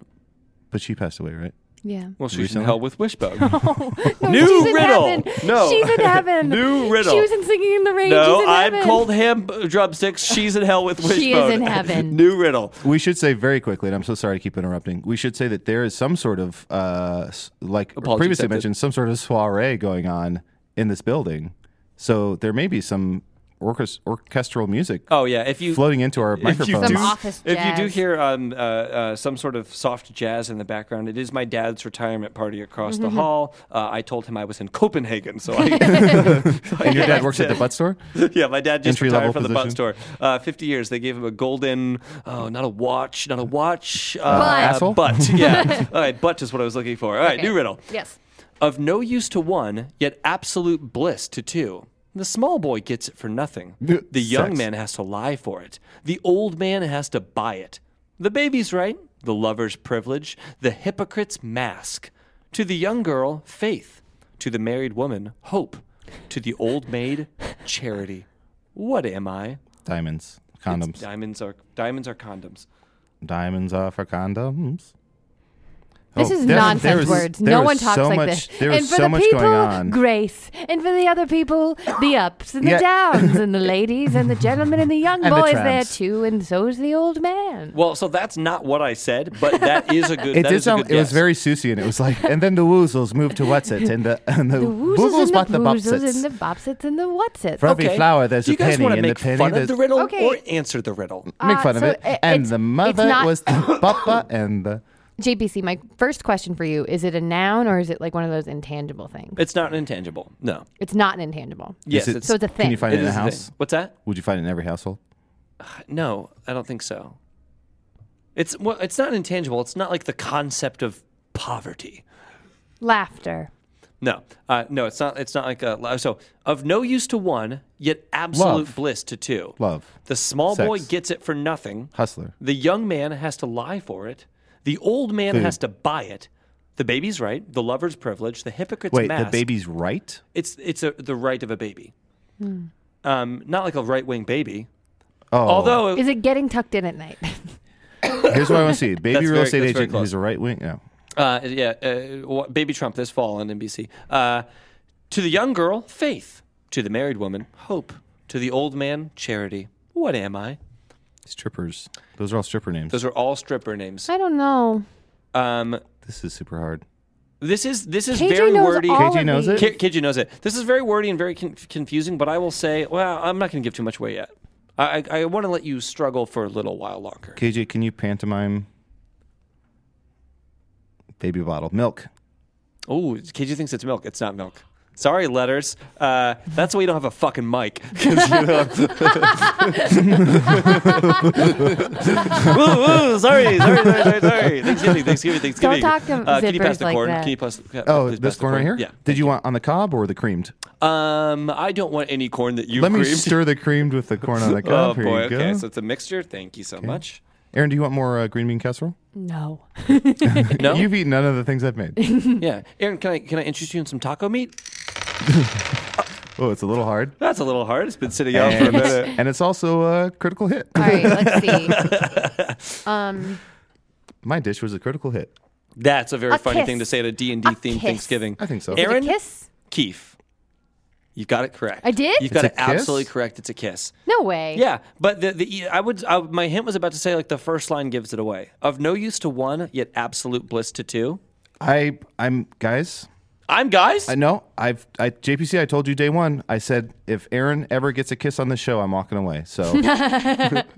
Speaker 5: but she passed away, right?
Speaker 7: yeah.
Speaker 6: Well, she's
Speaker 5: Recently?
Speaker 6: in hell with Wishbone.
Speaker 7: Oh, No,
Speaker 6: New
Speaker 7: she's in
Speaker 6: riddle.
Speaker 7: heaven.
Speaker 6: No.
Speaker 7: she's in heaven.
Speaker 6: New riddle.
Speaker 7: She was in Singing in the Rain. she's
Speaker 6: no,
Speaker 7: in
Speaker 6: I'm
Speaker 7: heaven.
Speaker 6: cold ham uh, drumsticks. She's in hell with Wishbone.
Speaker 7: She is in heaven.
Speaker 6: New riddle.
Speaker 5: We should say very quickly, and I'm so sorry to keep interrupting. We should say that there is some sort of uh, s- like
Speaker 6: Apology
Speaker 5: previously
Speaker 6: accepted.
Speaker 5: mentioned, some sort of soiree going on in this building. So there may be some orchest- orchestral music
Speaker 6: Oh yeah, if you
Speaker 5: floating into our
Speaker 6: if you
Speaker 5: microphones.
Speaker 7: Some
Speaker 6: do,
Speaker 7: office
Speaker 6: if you do
Speaker 7: jazz.
Speaker 6: hear um, uh, uh, some sort of soft jazz in the background, it is my dad's retirement party across
Speaker 7: Mm-hmm.
Speaker 6: the hall. Uh, I told him I was in Copenhagen, so I,
Speaker 5: and your dad works at the butt store.
Speaker 6: yeah, my dad just
Speaker 5: Entry
Speaker 6: retired
Speaker 5: level
Speaker 6: from the butt
Speaker 5: position.
Speaker 6: store. Uh, Fifty years, they gave him a golden, oh, not a watch, not a watch, uh,
Speaker 5: Asshole?
Speaker 6: butt. Yeah, all right, butt is what I was looking for. All right, new riddle.
Speaker 7: Yes.
Speaker 6: Of no use to one, yet absolute bliss to two. The small boy gets it for nothing. The young
Speaker 5: Sex.
Speaker 6: man has to lie for it. The old man has to buy it. The baby's right, the lover's privilege, the hypocrite's mask. To the young girl, faith. To the married woman, hope. To the old maid, charity. What am I?
Speaker 5: Diamonds,
Speaker 6: It's
Speaker 5: condoms.
Speaker 6: diamonds are diamonds are condoms.
Speaker 5: Diamonds are for condoms.
Speaker 7: This
Speaker 5: Oh,
Speaker 7: is
Speaker 5: there-
Speaker 7: nonsense
Speaker 5: there was-
Speaker 7: words.
Speaker 5: there
Speaker 7: No
Speaker 5: was
Speaker 7: one talks
Speaker 5: so
Speaker 7: like
Speaker 5: much-
Speaker 7: this.
Speaker 5: There
Speaker 7: and
Speaker 5: was
Speaker 7: for
Speaker 5: so
Speaker 7: the
Speaker 5: much
Speaker 7: people,
Speaker 5: going on.
Speaker 7: grace. And for the other people, the ups and the
Speaker 5: Yeah.
Speaker 7: downs, and the ladies and the gentlemen and the young
Speaker 5: And the
Speaker 7: boys there
Speaker 5: trams.
Speaker 7: too. And so's the old man.
Speaker 6: Well, so that's not what I said, but that is a good.
Speaker 5: It
Speaker 6: that
Speaker 5: did
Speaker 6: is a
Speaker 5: sound.
Speaker 6: good
Speaker 5: It was
Speaker 6: guess.
Speaker 5: very Susie, and it was like, and then the Woozles moved to what's it, and the and the,
Speaker 7: the woozles
Speaker 5: Boozles
Speaker 7: and
Speaker 5: bought the
Speaker 7: the boozles
Speaker 5: bobsits.
Speaker 7: and the bobsits and the whatsits.
Speaker 5: For every flower, there's
Speaker 6: Do
Speaker 5: a
Speaker 6: you guys
Speaker 5: penny,
Speaker 6: wanna
Speaker 5: and
Speaker 6: make
Speaker 5: the penny.
Speaker 6: fun of
Speaker 5: there's-
Speaker 6: the riddle
Speaker 7: Okay.
Speaker 6: or answer the riddle?
Speaker 5: Make
Speaker 7: Uh,
Speaker 5: fun
Speaker 7: so
Speaker 5: of it.
Speaker 7: i-
Speaker 5: and
Speaker 7: it's-
Speaker 5: the
Speaker 7: it's
Speaker 5: mother
Speaker 7: not-
Speaker 5: was the papa, and the
Speaker 7: Oh, JBC, my first question for you is it a noun or is it like one of those intangible things?
Speaker 6: It's not an intangible. No.
Speaker 7: It's not an intangible.
Speaker 6: Yes,
Speaker 5: it-
Speaker 6: it's,
Speaker 7: So it's a thing.
Speaker 5: Can you find it
Speaker 6: it
Speaker 5: in a
Speaker 6: is thing.
Speaker 5: house?
Speaker 6: What's that?
Speaker 5: Would you find it in every household?
Speaker 6: No, I don't think so. It's well, it's not intangible. It's not like the concept of poverty.
Speaker 7: Laughter.
Speaker 6: No, uh, no, it's not. It's not like a lo- so of no use to one, yet absolute
Speaker 5: Love.
Speaker 6: bliss to two.
Speaker 5: Love.
Speaker 6: The small
Speaker 5: Sex.
Speaker 6: boy gets it for nothing.
Speaker 5: Hustler.
Speaker 6: The young man has to lie for it. The old man
Speaker 5: Food.
Speaker 6: has to buy it. The baby's right. The lover's privilege. The hypocrite's
Speaker 5: Wait,
Speaker 6: mask.
Speaker 5: the baby's right?
Speaker 6: It's it's a, the right of a baby.
Speaker 7: Hmm.
Speaker 6: Um, not like a right wing baby.
Speaker 5: Oh,
Speaker 6: Although
Speaker 7: Is it getting tucked in at night?
Speaker 5: here's what I want to see: baby
Speaker 6: That's
Speaker 5: real
Speaker 6: very-
Speaker 5: estate
Speaker 6: that's very
Speaker 5: agent
Speaker 6: close.
Speaker 5: who's a right wing. No,
Speaker 6: Uh, yeah, uh, wha- Baby Trump this fall on NBC. Uh, to the young girl, faith. To the married woman, hope. To the old man, charity. What am I?
Speaker 5: strippers. Those are all stripper names.
Speaker 6: Those are all stripper names.
Speaker 7: I don't know.
Speaker 6: Um,
Speaker 5: this is super hard.
Speaker 6: this is this is
Speaker 7: KJ
Speaker 6: very
Speaker 7: knows
Speaker 6: wordy.
Speaker 7: all
Speaker 5: KJ
Speaker 7: of
Speaker 5: knows
Speaker 7: these.
Speaker 5: it?
Speaker 6: Ki- Kid, you knows it. This is very wordy and very con- confusing. But I will say, well, I'm not going to give too much away yet. I I, I want to let you struggle for a little while longer.
Speaker 5: KJ, can you pantomime baby bottle milk?
Speaker 6: Oh, KJ thinks it's milk. It's not milk. Sorry, letters. Uh, that's why you don't have a fucking mic. 'Cause, you know- Ooh, ooh, sorry, sorry, sorry, sorry, sorry. Thanksgiving, Thanksgiving, Thanksgiving.
Speaker 7: talk to
Speaker 6: can you Uh, pass
Speaker 7: zippers
Speaker 6: the
Speaker 7: like
Speaker 6: corn?
Speaker 7: that.
Speaker 6: Can you pass? Can
Speaker 5: Oh, this
Speaker 6: please pass the
Speaker 5: corn right here.
Speaker 6: Yeah.
Speaker 5: Did you want on the cob or the creamed?
Speaker 6: Um, I don't want any corn that you
Speaker 5: Let me
Speaker 6: creamed.
Speaker 5: stir the creamed with the corn on the
Speaker 6: Oh
Speaker 5: cob. here
Speaker 6: boy.
Speaker 5: you go.
Speaker 6: Okay, so it's a mixture. Thank you so much.
Speaker 5: Aaron, do you want more uh, green bean casserole?
Speaker 7: No.
Speaker 6: No.
Speaker 5: You've eaten none of the things I've made.
Speaker 6: yeah, Aaron, can I can I interest you in some taco meat?
Speaker 5: oh, it's a little hard.
Speaker 6: That's a little hard. It's been sitting out for a
Speaker 5: And,
Speaker 6: minute.
Speaker 5: and it's also a critical hit.
Speaker 7: All right, let's see. Um,
Speaker 5: My dish was a critical hit.
Speaker 6: That's a very
Speaker 7: A
Speaker 6: funny
Speaker 7: kiss.
Speaker 6: thing to say at a D and D
Speaker 7: A
Speaker 6: themed
Speaker 7: kiss.
Speaker 6: Thanksgiving.
Speaker 5: I think so.
Speaker 7: is it
Speaker 6: Aaron,
Speaker 7: a kiss?
Speaker 6: Keefe. You got it correct.
Speaker 7: I did?
Speaker 6: You got it
Speaker 5: It's a kiss?
Speaker 6: absolutely correct. It's a kiss.
Speaker 7: No way.
Speaker 6: Yeah, but the, the I would I, my hint was about to say like the first line gives it away. Of no use to one, yet absolute bliss to two.
Speaker 5: I, I'm guys.
Speaker 6: I'm guys.
Speaker 5: I know. I've I, JPC. I told you day one. I said if Aaron ever gets a kiss on the show, I'm walking away. So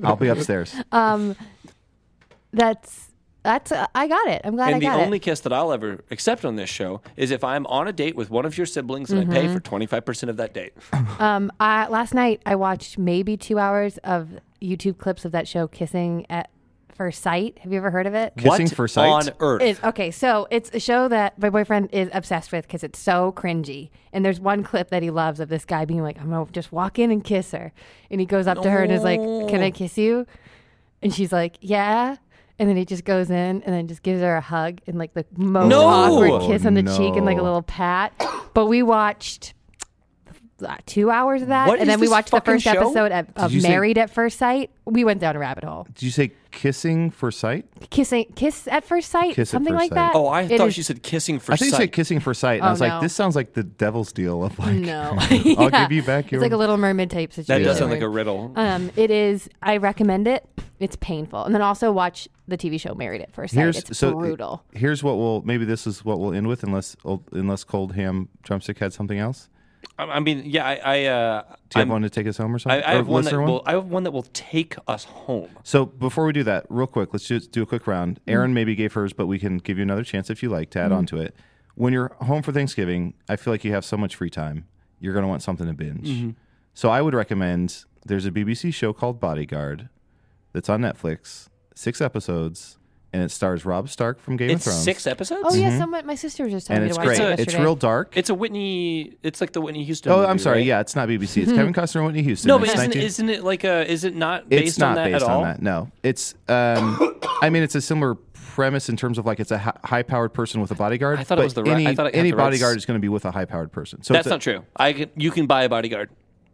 Speaker 5: I'll be upstairs.
Speaker 7: That's that's. Uh, I got it. I'm glad I
Speaker 6: and the
Speaker 7: got
Speaker 6: only
Speaker 7: it.
Speaker 6: kiss that I'll ever accept on this show is if I'm on a date with one of your siblings and I pay
Speaker 7: Mm-hmm.
Speaker 6: for 25% of that date.
Speaker 7: Um, I, last night I watched maybe two hours of YouTube clips of that show, Kissing at First Sight. Have you ever heard of it?
Speaker 5: Kissing
Speaker 6: what
Speaker 5: for sight?
Speaker 6: on earth?
Speaker 7: Is okay, so it's a show that my boyfriend is obsessed with because it's so cringy. And there's one clip that he loves of this guy being like, "I'm gonna just walk in and kiss her," and he goes up to her and is like, "Can I kiss you?" And she's like, "Yeah." And then he just goes in and then just gives her a hug and like the most
Speaker 6: No!
Speaker 7: awkward kiss on the cheek and like a
Speaker 5: No.
Speaker 7: little pat. But we watched uh, two hours of that,
Speaker 6: What is
Speaker 7: and then we
Speaker 6: this
Speaker 7: watched the
Speaker 6: fucking
Speaker 7: first
Speaker 6: show?
Speaker 7: episode of, of
Speaker 5: you say-
Speaker 7: Married at First Sight. We went down a rabbit hole.
Speaker 5: Did you say kissing for sight?
Speaker 7: Kissing, kiss at first sight,
Speaker 5: Kiss at
Speaker 7: something
Speaker 5: first
Speaker 7: like
Speaker 5: sight.
Speaker 7: that.
Speaker 6: oh, I
Speaker 7: It
Speaker 6: thought
Speaker 7: is-
Speaker 6: you said kissing for
Speaker 5: I think
Speaker 6: sight.
Speaker 5: you said kissing for sight. And I
Speaker 7: Oh,
Speaker 5: was
Speaker 7: no.
Speaker 5: like, this sounds like the devil's deal of like.
Speaker 7: No,
Speaker 5: I'll
Speaker 7: Yeah.
Speaker 5: give you back your.
Speaker 7: It's like a Little Mermaid type
Speaker 6: that
Speaker 7: situation.
Speaker 6: does sound like a riddle.
Speaker 7: Um, it is. I recommend it. It's painful, and then also watch the TV show Married at First Sight. It's brutal.
Speaker 5: Here's what we'll maybe this is what we'll end with unless old, unless Cold Ham Drumstick had something else.
Speaker 6: I I mean, yeah, I. I uh,
Speaker 5: Do you
Speaker 6: I'm-
Speaker 5: have one to take us home or
Speaker 6: I,
Speaker 5: something?
Speaker 6: I
Speaker 5: Or
Speaker 6: have one that
Speaker 5: listener
Speaker 6: will. I have one that will take us home.
Speaker 5: So before we do that, real quick, let's just do a quick round.
Speaker 6: Mm-hmm.
Speaker 5: Erin maybe gave hers, but we can give you another chance if you like to add on to it. When you're home for Thanksgiving, I feel like you have so much free time. You're going to want something to binge.
Speaker 6: Mm-hmm.
Speaker 5: So I would recommend there's a BBC show called Bodyguard that's on Netflix, six episodes, and it stars Rob Stark from Game
Speaker 6: It's
Speaker 5: of Thrones.
Speaker 6: six episodes.
Speaker 7: Oh yeah, someone. My sister was just telling
Speaker 5: and
Speaker 7: me
Speaker 5: it's
Speaker 7: to watch
Speaker 5: great.
Speaker 7: it
Speaker 5: It's,
Speaker 7: yesterday.
Speaker 5: real dark.
Speaker 6: It's a Whitney. It's like the Whitney Houston.
Speaker 5: oh,
Speaker 6: movie,
Speaker 5: I'm sorry.
Speaker 6: right? Mm-hmm.
Speaker 5: Yeah, it's not BBC. It's Kevin Costner and Whitney Houston.
Speaker 6: No, but
Speaker 5: It's
Speaker 6: isn't,
Speaker 5: 19
Speaker 6: isn't it like a? Is it not based
Speaker 5: it's not
Speaker 6: on that
Speaker 5: based
Speaker 6: at all?
Speaker 5: on that. No, it's. Um, I mean, it's a similar premise in terms of like it's a high-powered person with a bodyguard.
Speaker 6: I thought it
Speaker 5: but
Speaker 6: was the ri- I
Speaker 5: any,
Speaker 6: thought it had
Speaker 5: any
Speaker 6: the right s-
Speaker 5: bodyguard is going to be with a high-powered person. So
Speaker 6: That's
Speaker 5: it's a-
Speaker 6: not true. I can, you can buy a bodyguard.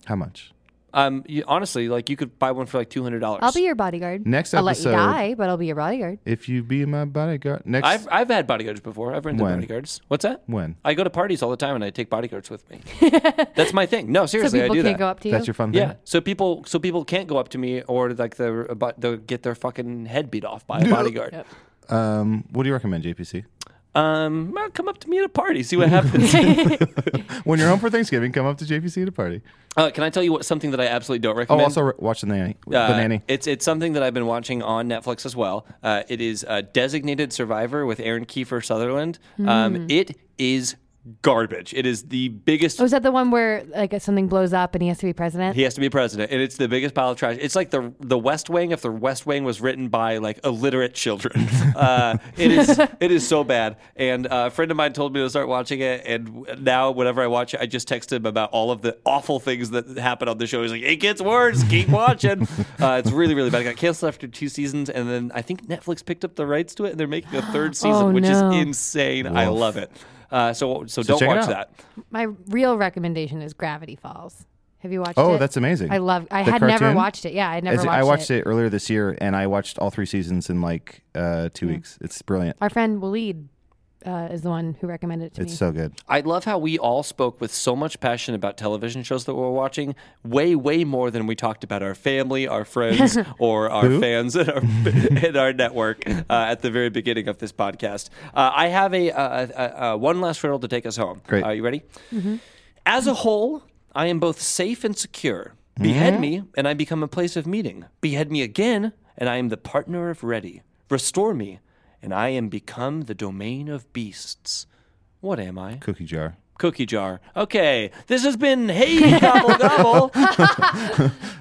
Speaker 5: How much?
Speaker 6: Um, you, honestly, like you could buy one for like two hundred dollars.
Speaker 7: I'll be your bodyguard.
Speaker 5: Next
Speaker 7: I'll
Speaker 5: episode-
Speaker 7: let you die, but I'll be your bodyguard.
Speaker 5: If you be my bodyguard next
Speaker 6: I've I've had bodyguards before. I've rented
Speaker 5: When?
Speaker 6: bodyguards. What's that?
Speaker 5: when?
Speaker 6: I go to parties all the time and I take bodyguards with me. That's my thing. No,
Speaker 7: So
Speaker 6: seriously,
Speaker 7: people
Speaker 6: I do
Speaker 7: can't
Speaker 6: that.
Speaker 7: go up to you.
Speaker 5: That's your fun thing.
Speaker 6: yeah, so people so people can't go up to me or like they're about they'll get their fucking head beat off by a bodyguard.
Speaker 5: Um, what do you recommend, JPC?
Speaker 6: Um, well, come up to me at a party, see what happens.
Speaker 5: When you're home for Thanksgiving, come up to JPC at a party.
Speaker 6: uh, can I tell you what something that I absolutely don't
Speaker 5: Oh,
Speaker 6: recommend?
Speaker 5: also re- watch the nanny.
Speaker 6: Uh,
Speaker 5: the nanny.
Speaker 6: It's it's something that I've been watching on Netflix as well. Uh, it is uh, Designated Survivor with Aaron Kiefer Sutherland. Um, it is garbage. It is the biggest.
Speaker 7: Oh, is that the one where like something blows up and he has to be president?
Speaker 6: He has to be president, and it's the biggest pile of trash. It's like the the West Wing if the West Wing was written by like illiterate children. uh, it is it is so bad. And uh, a friend of mine told me to start watching it, and now whenever I watch it, I just text him about all of the awful things that happen on the show. He's like, "It gets worse. Keep watching." uh, it's really really bad. It got canceled after two seasons, and then I think Netflix picked up the rights to it, and they're making a third season,
Speaker 7: Oh,
Speaker 6: which
Speaker 7: no.
Speaker 6: is insane. I
Speaker 5: Woof.
Speaker 6: love it. Uh, so so,
Speaker 5: So
Speaker 6: don't
Speaker 5: check it
Speaker 6: watch
Speaker 5: out.
Speaker 6: that.
Speaker 7: My real recommendation is Gravity Falls. Have you watched it?
Speaker 5: Oh, that's amazing.
Speaker 7: I love. I
Speaker 5: The
Speaker 7: had never
Speaker 5: cartoon?
Speaker 7: watched it. Yeah, I had never
Speaker 5: As-
Speaker 7: watched,
Speaker 5: I watched it. earlier this year, and I watched all three seasons in like uh, two weeks. It's brilliant.
Speaker 7: Our friend Waleed uh, is the one who recommended it to
Speaker 5: It's
Speaker 7: me.
Speaker 5: so good.
Speaker 6: I love how we all spoke with so much passion about television shows that we're watching, way, way more than we talked about our family, our friends, or our fans and our, and our network uh, at the very beginning of this podcast. Uh, I have a, uh a, a one last riddle to take us home.
Speaker 5: Great.
Speaker 6: Are you ready? As a whole, I am both safe and secure. Behead me, and I become a place of meeting. Behead me again, and I am the partner of ready. Restore me, and I am become the domain of beasts. What am I?
Speaker 5: Cookie jar.
Speaker 6: cookie jar. Okay, this has been Hey Gobble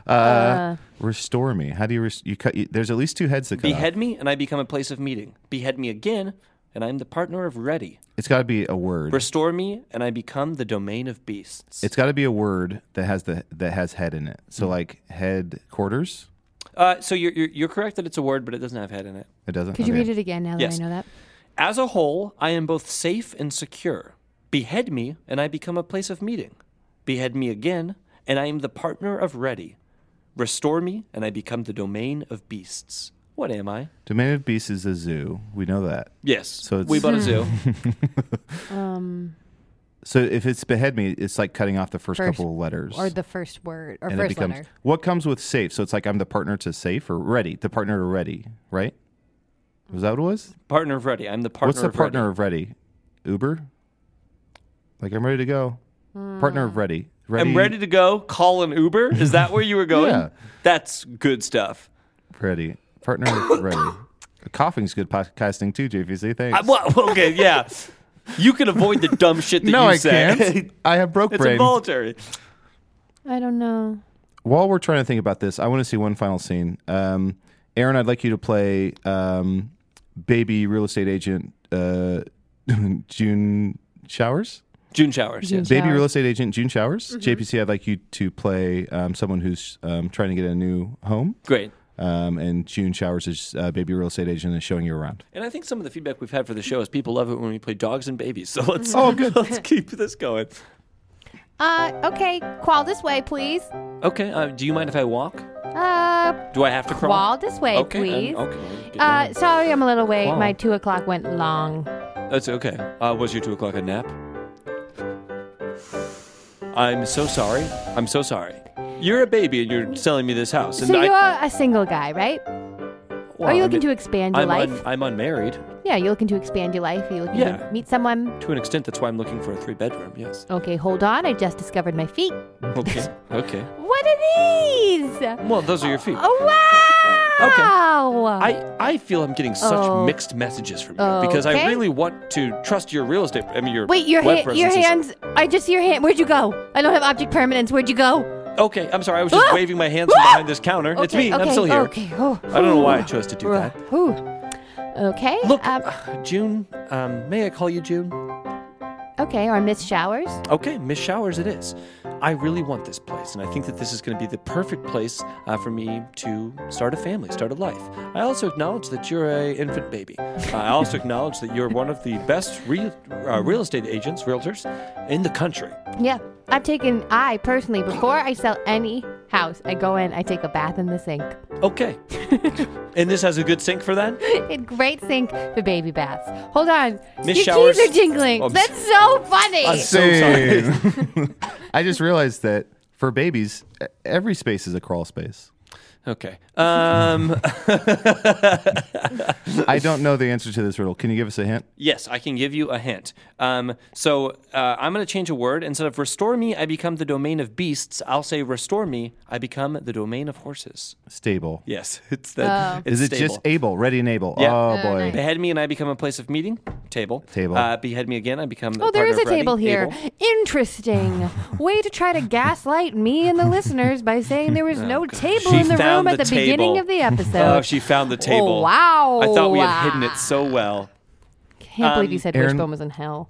Speaker 6: Gobble.
Speaker 5: Restore me. How do you rest- you cut? You, there's at least two heads to cut. off.
Speaker 6: Behead me, and I become a place of meeting. Behead me again, and I'm the partner of Ready.
Speaker 5: It's got to be a word.
Speaker 6: Restore me, and I become the domain of beasts.
Speaker 5: it's got to be a word that has the that has head in it.
Speaker 6: Mm.
Speaker 5: So like head quarters.
Speaker 6: Uh, so you're, you're you're correct that it's a word, but it doesn't have head in it.
Speaker 5: It doesn't.
Speaker 7: Could you read it again now that
Speaker 6: Yes.
Speaker 7: I know that?
Speaker 6: As a whole, I am both safe and secure. Behead me, and I become a place of meeting. Behead me again, and I am the partner of Ready. Restore me, and I become the domain of beasts. What am I?
Speaker 5: Domain of Beasts is a zoo. We know that.
Speaker 6: Yes.
Speaker 5: So
Speaker 6: So
Speaker 5: it's-
Speaker 6: we bought a zoo.
Speaker 5: So if it's behead me, it's like cutting off the first,
Speaker 7: First
Speaker 5: couple of letters.
Speaker 7: Or the first word or
Speaker 5: and it
Speaker 7: first
Speaker 5: becomes
Speaker 7: letter?
Speaker 5: what comes with safe. So it's like I'm the partner to safe or ready. The partner to ready, right? Was that what it was?
Speaker 6: Partner of Ready. I'm the partner
Speaker 5: What's the
Speaker 6: of
Speaker 5: partner
Speaker 6: Ready.
Speaker 5: of ready? Uber. Like I'm ready to go.
Speaker 7: Hmm.
Speaker 5: Partner of ready. ready.
Speaker 6: I'm ready to go. Call an Uber. Is that where you were going?
Speaker 5: Yeah.
Speaker 6: That's good stuff.
Speaker 5: Ready. Partner of ready. Coughing's good podcasting too, JVC. Thanks.
Speaker 6: I, well, okay, yeah. You can avoid the dumb shit that
Speaker 5: no,
Speaker 6: you
Speaker 5: I
Speaker 6: say.
Speaker 5: can't. I have broke
Speaker 6: it's
Speaker 5: brain.
Speaker 6: involuntary.
Speaker 7: I don't know.
Speaker 5: While we're trying to think about this, I want to see one final scene. Um, Aaron, I'd like you to play um, baby real estate agent uh, June Showers.
Speaker 6: June showers.
Speaker 7: June
Speaker 6: Yes.
Speaker 5: Baby
Speaker 7: Showers. Mm-hmm.
Speaker 5: real estate agent June Showers. JPC, I'd like you to play um, someone who's um, trying to get a new home.
Speaker 6: Great.
Speaker 5: Um, and June Showers is uh, baby real estate agent is showing you around.
Speaker 6: And I think some of the feedback we've had for the show is people love it when we play dogs and babies. So let's
Speaker 5: Oh, good.
Speaker 6: let's keep this going.
Speaker 1: Uh, okay, call this way, please.
Speaker 6: Okay. Uh, do you mind if I walk?
Speaker 7: Uh,
Speaker 6: Do I have to crawl?
Speaker 7: crawl this way,
Speaker 6: okay.
Speaker 7: please.
Speaker 6: um, okay.
Speaker 7: Uh, sorry, I'm a little late.
Speaker 6: Crawl.
Speaker 7: My two o'clock went long.
Speaker 6: That's okay. Uh, was your two o'clock a nap? I'm so sorry. I'm so sorry. You're a baby and you're selling me this house. And
Speaker 7: So
Speaker 6: I,
Speaker 7: you're a single guy, right?
Speaker 6: Well,
Speaker 7: Are you
Speaker 6: I'm-
Speaker 7: looking to expand your
Speaker 6: I'm
Speaker 7: life?
Speaker 6: Un, I'm unmarried
Speaker 7: Yeah, you're looking to expand your life. Are you looking
Speaker 6: Yeah.
Speaker 7: to meet someone?
Speaker 6: to an extent. That's why I'm looking for a three bedroom. Yes.
Speaker 7: Okay, hold on. I just discovered my feet.
Speaker 6: Okay. okay.
Speaker 7: What are these?
Speaker 6: Well, those are your feet.
Speaker 7: Oh, wow!
Speaker 6: I, I feel I'm getting such
Speaker 7: Oh.
Speaker 6: mixed messages from you because
Speaker 7: Okay.
Speaker 6: I really want to trust your real estate. I mean, your
Speaker 7: Wait, your
Speaker 6: web
Speaker 7: ha- your
Speaker 6: presence is-
Speaker 7: hands. I just your hand. Where'd you go? I don't have object permanence. Where'd you go?
Speaker 6: Okay, I'm sorry. I was just
Speaker 7: Ah!
Speaker 6: waving my hands from
Speaker 7: Ah!
Speaker 6: behind this counter. it's
Speaker 7: Okay,
Speaker 6: me. I'm
Speaker 7: okay,
Speaker 6: still here.
Speaker 7: Okay. Oh.
Speaker 6: I don't know why I chose to do that.
Speaker 7: Ooh. Okay.
Speaker 6: Look,
Speaker 7: um,
Speaker 6: uh, June. Um, may I call you June?
Speaker 7: okay. Or Miss Showers.
Speaker 6: Okay, Miss Showers, it is. I really want this place, and I think that this is going to be the perfect place uh, for me to start a family, start a life. I also acknowledge that you're a infant baby. Uh, I also acknowledge that you're one of the best real, uh, real estate agents, realtors, in the country.
Speaker 7: Yeah. I've taken. I personally, before I sell any house, I go in. I take a bath in the sink.
Speaker 6: Okay, and this has a good sink for that.
Speaker 7: A great sink for baby baths. Hold on.
Speaker 6: Miss
Speaker 7: your
Speaker 6: Showers-
Speaker 7: keys are jingling.
Speaker 6: Oh,
Speaker 7: That's so funny.
Speaker 6: I'm so sorry.
Speaker 5: I just realized that for babies, e- every space is a crawl space.
Speaker 6: Okay. Um,
Speaker 5: I don't know the answer to this riddle. Can you give us a hint?
Speaker 6: yes, I can give you a hint. Um, so uh, I'm going to change a word. Instead of restore me, I become the domain of beasts. I'll say restore me, I become the domain of horses.
Speaker 5: Stable.
Speaker 6: Yes, it's
Speaker 7: Oh.
Speaker 6: the. It's
Speaker 5: Is it
Speaker 6: stable.
Speaker 5: just able, ready and able?
Speaker 6: Yeah.
Speaker 5: Oh boy.
Speaker 6: Behead me and I become a place of meeting. Table.
Speaker 5: Table.
Speaker 6: Uh, behead me again. I become. The
Speaker 7: Oh, there is
Speaker 6: partner of
Speaker 7: a
Speaker 6: ready.
Speaker 7: table here.
Speaker 6: Able.
Speaker 7: Interesting. Way to try to gaslight me and the listeners by saying there was no table
Speaker 6: Oh, She
Speaker 7: in the room
Speaker 6: found
Speaker 7: at
Speaker 6: the
Speaker 7: the beginning
Speaker 6: table.
Speaker 7: of the episode.
Speaker 6: Oh, she found the table.
Speaker 7: wow.
Speaker 6: I thought we had hidden it so well.
Speaker 7: Can't believe you
Speaker 6: Um,
Speaker 7: said
Speaker 5: Aaron-
Speaker 7: Wishbone was in hell.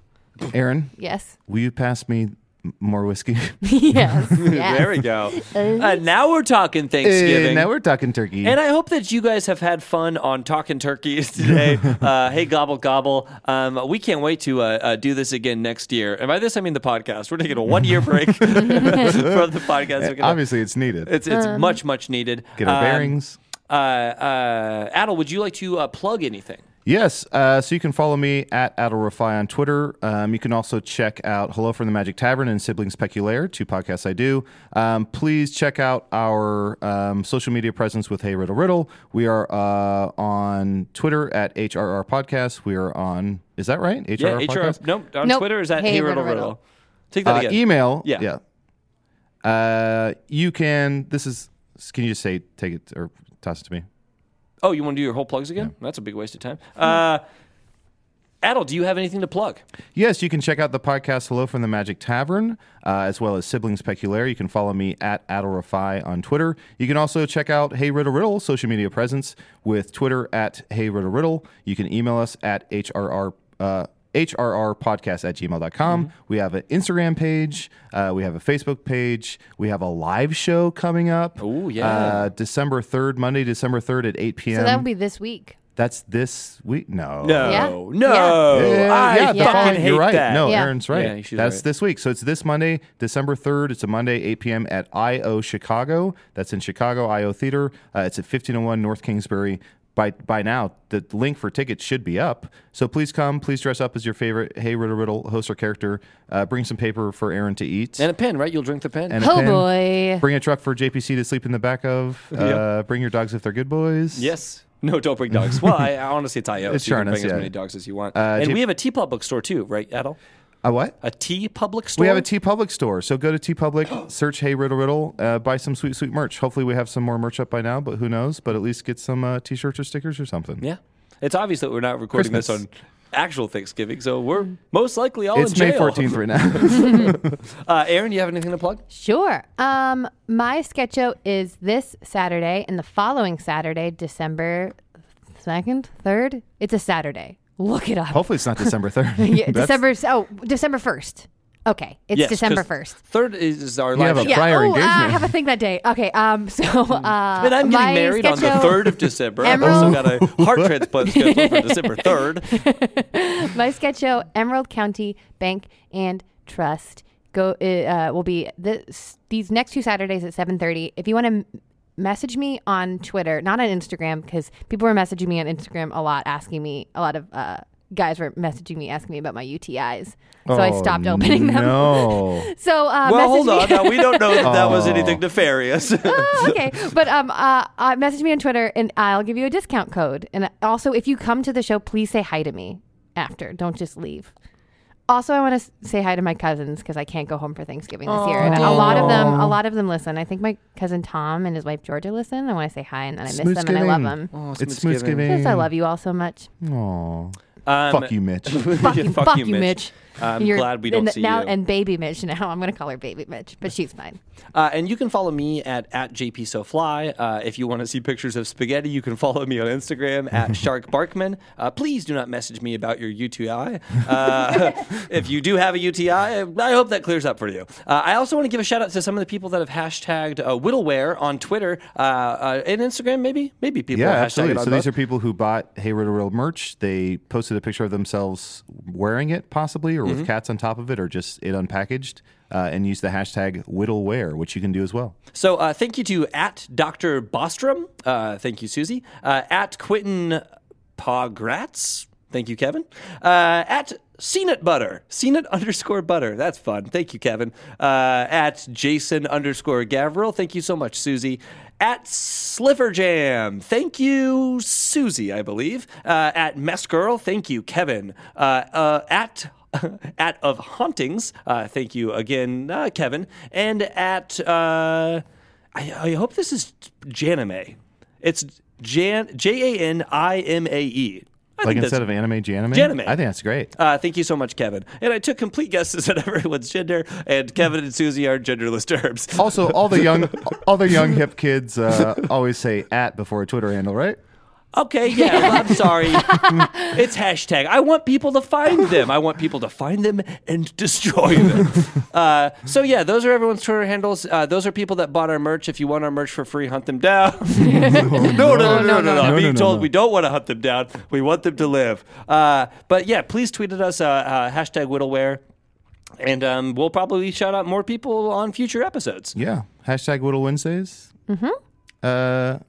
Speaker 5: Aaron,
Speaker 7: Yes.
Speaker 5: will you pass me m- more whiskey?
Speaker 7: yes. yes.
Speaker 6: There we go. Uh, now we're talking Thanksgiving.
Speaker 5: Eh, now we're talking turkey.
Speaker 6: and I hope that you guys have had fun on Talking Turkeys today. uh, hey, Gobble Gobble. Um, we can't wait to uh, uh, do this again next year. And by this, I mean the podcast. We're taking a one year break from the podcast. We're gonna-
Speaker 5: Obviously, it's needed.
Speaker 6: It's, it's much, much needed.
Speaker 5: Get our
Speaker 6: Um,
Speaker 5: bearings.
Speaker 6: Uh, uh, Adel, would you like to uh, plug anything?
Speaker 5: Yes. Uh, so you can follow me at Adel Rafi on Twitter. Um, you can also check out Hello from the Magic Tavern and Siblings Peculaire, two podcasts I do. Um, please check out our um, social media presence with Hey Riddle Riddle. We are uh, on Twitter at HRR Podcast. We are on, is that right? HRR
Speaker 6: Yeah, HR.
Speaker 5: Podcast?
Speaker 6: Nope. On
Speaker 7: Nope.
Speaker 6: Twitter is at
Speaker 7: Hey,
Speaker 6: Hey, Riddle,
Speaker 7: Riddle Riddle.
Speaker 6: Riddle. Take that
Speaker 5: Uh,
Speaker 6: again.
Speaker 5: email.
Speaker 6: Yeah.
Speaker 5: Yeah. Uh, you can, this is, can you just say, take it or toss it to me?
Speaker 6: Oh, you want to do your whole plugs again? That's a big waste of time. Uh, Adel, do you have anything to plug?
Speaker 5: Yes, you can check out the podcast Hello from the Magic Tavern, uh, as well as Siblings Peculaire. You can follow me at Adorify on Twitter. You can also check out Hey Riddle Riddle, social media presence with Twitter at Hey Riddle Riddle. You can email us at HRR. Uh, HRRpodcast at gmail.com.
Speaker 6: Mm-hmm.
Speaker 5: We have an Instagram page. Uh, we have a Facebook page. We have a live show coming up.
Speaker 6: Ooh, yeah.
Speaker 5: Uh, December 3rd, Monday, December 3rd at 8 p.m.
Speaker 7: So that would be this week.
Speaker 5: That's this week? No.
Speaker 7: Yeah.
Speaker 6: No.
Speaker 5: Yeah,
Speaker 6: Oh, I
Speaker 5: yeah, the
Speaker 6: fucking
Speaker 5: following-
Speaker 6: hate
Speaker 5: you're right.
Speaker 6: that.
Speaker 5: No,
Speaker 7: Yeah.
Speaker 5: Aaron's right.
Speaker 6: Yeah, she's
Speaker 5: That's
Speaker 6: right.
Speaker 5: this week. So it's this Monday, December 3rd. It's a Monday, 8 p.m. at IO Chicago. That's in Chicago, IO Theater. Uh, it's at 1501 North Kingsbury. By, by now, the link for tickets should be up. So please come. Please dress up as your favorite Hey Riddle Riddle host or character. Uh, bring some paper for Aaron to eat.
Speaker 6: And a pen, right? You'll drink the pen.
Speaker 5: and a
Speaker 7: Oh
Speaker 5: pen.
Speaker 7: boy.
Speaker 5: Bring a truck for JPC to sleep in the back of. Uh, Bring your dogs if they're good boys.
Speaker 6: yes. No, don't bring dogs. Well, I, I honestly, it's IO.
Speaker 5: It's
Speaker 6: so you can
Speaker 5: Charnas,
Speaker 6: bring as
Speaker 5: yeah.
Speaker 6: many dogs as you want.
Speaker 5: Uh,
Speaker 6: and
Speaker 5: do you-
Speaker 6: we have a tea public store too, right, Adel?
Speaker 5: A what?
Speaker 6: A tea public store.
Speaker 5: We have a T Public store, so go to T Public, search "Hey Riddle Riddle," uh, buy some sweet sweet merch. Hopefully, we have some more merch up by now, but who knows? But at least get some uh, t-shirts or stickers or something.
Speaker 6: Yeah. It's obvious that we're not recording this on
Speaker 5: Christmas.
Speaker 6: actual Thanksgiving, so we're most likely all
Speaker 5: it's
Speaker 6: in jail.
Speaker 5: May fourteenth right now.
Speaker 6: Uh, Aaron, do you have anything to plug?
Speaker 7: Sure. Um, my sketch show is this Saturday and the following Saturday, December second, third. It's a Saturday. Look it up.
Speaker 5: Hopefully, it's not December third.
Speaker 7: yeah, December. Oh, December first. Okay, it's
Speaker 6: Yes,
Speaker 7: December
Speaker 6: 'cause
Speaker 7: first.
Speaker 6: Third is is our
Speaker 5: You
Speaker 6: live
Speaker 5: have a
Speaker 6: show.
Speaker 5: Yeah. prior
Speaker 7: oh, I
Speaker 5: engagement.
Speaker 7: have a thing that day. Okay. Um. So. Uh,
Speaker 6: And I'm
Speaker 7: my
Speaker 6: getting married on the
Speaker 7: sketch show-
Speaker 6: 3rd of December. I've also
Speaker 7: Emerald-
Speaker 6: got a heart transplant scheduled for December 3rd.
Speaker 7: my sketch show, Emerald County Bank and Trust, go uh, uh, will be this, these next two Saturdays at seven thirty. If you want to m- message me on Twitter, not on Instagram, because people were messaging me on Instagram a lot, asking me a lot of uh, guys were messaging me asking me about my UTIs, so I stopped opening them.
Speaker 5: Oh, No,
Speaker 7: So uh,
Speaker 6: Oh, well,
Speaker 7: message
Speaker 6: hold
Speaker 7: me-
Speaker 6: on. Now, we don't know that that was anything nefarious.
Speaker 7: Ah, okay. But um, uh, uh, message me on Twitter and I'll give you a discount code. And also, if you come to the show, please say hi to me after. Don't just leave. Also, I want to say hi to my cousins because I can't go home for Thanksgiving this year, and a lot of them, a lot of them listen. I think my cousin Tom and his wife Georgia listen. I want to say hi, and then I miss them, and I love them.
Speaker 6: Oh,
Speaker 5: it's smooth
Speaker 7: Because I love you all so much.
Speaker 5: Aw.
Speaker 6: Um,
Speaker 5: Fuck you, Mitch.
Speaker 7: Fuck, you, fuck you, Mitch.
Speaker 6: I'm
Speaker 7: You're-
Speaker 6: glad we don't
Speaker 7: and
Speaker 6: see
Speaker 7: now,
Speaker 6: you.
Speaker 7: And baby Mitch now. I'm going to call her baby Mitch, but she's fine.
Speaker 6: Uh, and you can follow me at, at JPSoFly. Uh, if you want to see pictures of spaghetti, you can follow me on Instagram at Shark Barkman. Uh, please do not message me about your UTI. Uh, if you do have a UTI, I hope that clears up for you. Uh, I also want to give a shout out to some of the people that have hashtagged uh, Whittleware on Twitter uh, uh, and Instagram, maybe. Maybe people
Speaker 5: yeah,
Speaker 6: are hashtagging
Speaker 5: absolutely.
Speaker 6: on
Speaker 5: So these
Speaker 6: both.
Speaker 5: are people who bought Hey Riddle Riddle merch. They posted a picture of themselves wearing it, possibly, or
Speaker 6: Mm-hmm.
Speaker 5: with cats on top of it, or just it unpackaged, uh, and use the hashtag Whittleware, which you can do as well.
Speaker 6: So uh, thank you to at Dr. Bostrom. Uh, thank you, Susie. Uh, at Quentin Pogratz. Thank you, Kevin. Uh, at Cnut butter, Cnut underscore butter. That's fun. Thank you, Kevin. Uh, at Jason underscore Gavril. Thank you so much, Susie. At Sliver Jam. Thank you, Susie, I believe. Uh, at Mess Girl. Thank you, Kevin. Uh, uh, at at of hauntings. Uh, thank you again, uh, Kevin. And at uh, I, I hope this is Janime. It's Jan J A N I M A E. I
Speaker 5: like
Speaker 6: think that's-
Speaker 5: instead of anime, Janime?
Speaker 6: Janime.
Speaker 5: I think that's great.
Speaker 6: uh, thank you so much, Kevin. And I took complete guesses at everyone's gender, and Kevin and Susie are genderless terms.
Speaker 5: Also, all the young, all the young hip kids uh, always say at before a Twitter handle, right?
Speaker 6: Okay, yeah, well, I'm sorry. it's hashtag. I want people to find them. I want people to find them and destroy them. Uh, so, yeah, those are everyone's Twitter handles. Uh, those are people that bought our merch. If you want our merch for free, hunt them down. no, no, no, no, no, no. I'm
Speaker 5: no,
Speaker 6: being
Speaker 5: no,
Speaker 6: told
Speaker 5: no.
Speaker 6: we don't want to hunt them down. We want them to live. Uh, but yeah, please tweet at us uh, uh, hashtag Whittleware, and um, we'll probably shout out more people on future episodes.
Speaker 5: Yeah. Hashtag Whittle Wednesdays. Mm-hmm. Uh,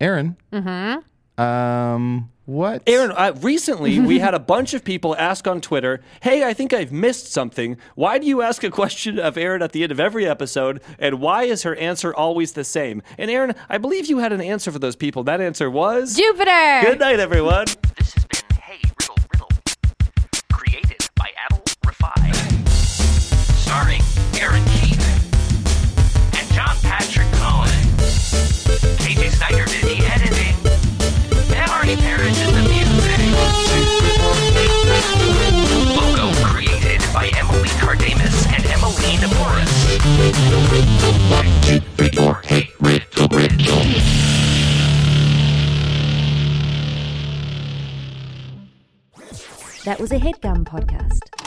Speaker 5: Aaron. Mm-hmm. Um, what?
Speaker 6: Aaron, uh, recently we had a bunch of people ask on Twitter, "Hey, I think I've missed something. Why do you ask a question of Aaron at the end of every episode, and why is her answer always the same?" And Aaron, I believe you had an answer for those people. That answer was
Speaker 7: Jupiter.
Speaker 6: Good night, everyone.
Speaker 4: This has been Hey Riddle Riddle, created by Adel Rafi, starring Aaron Keith and John Patrick Cohen. KJ Snyder did the editing, and Marty Parrish did the music. Logo created by Emily Cardamus and Emily Morris. Jupiter, hey, riddle, riddle.
Speaker 13: That was a headgum podcast.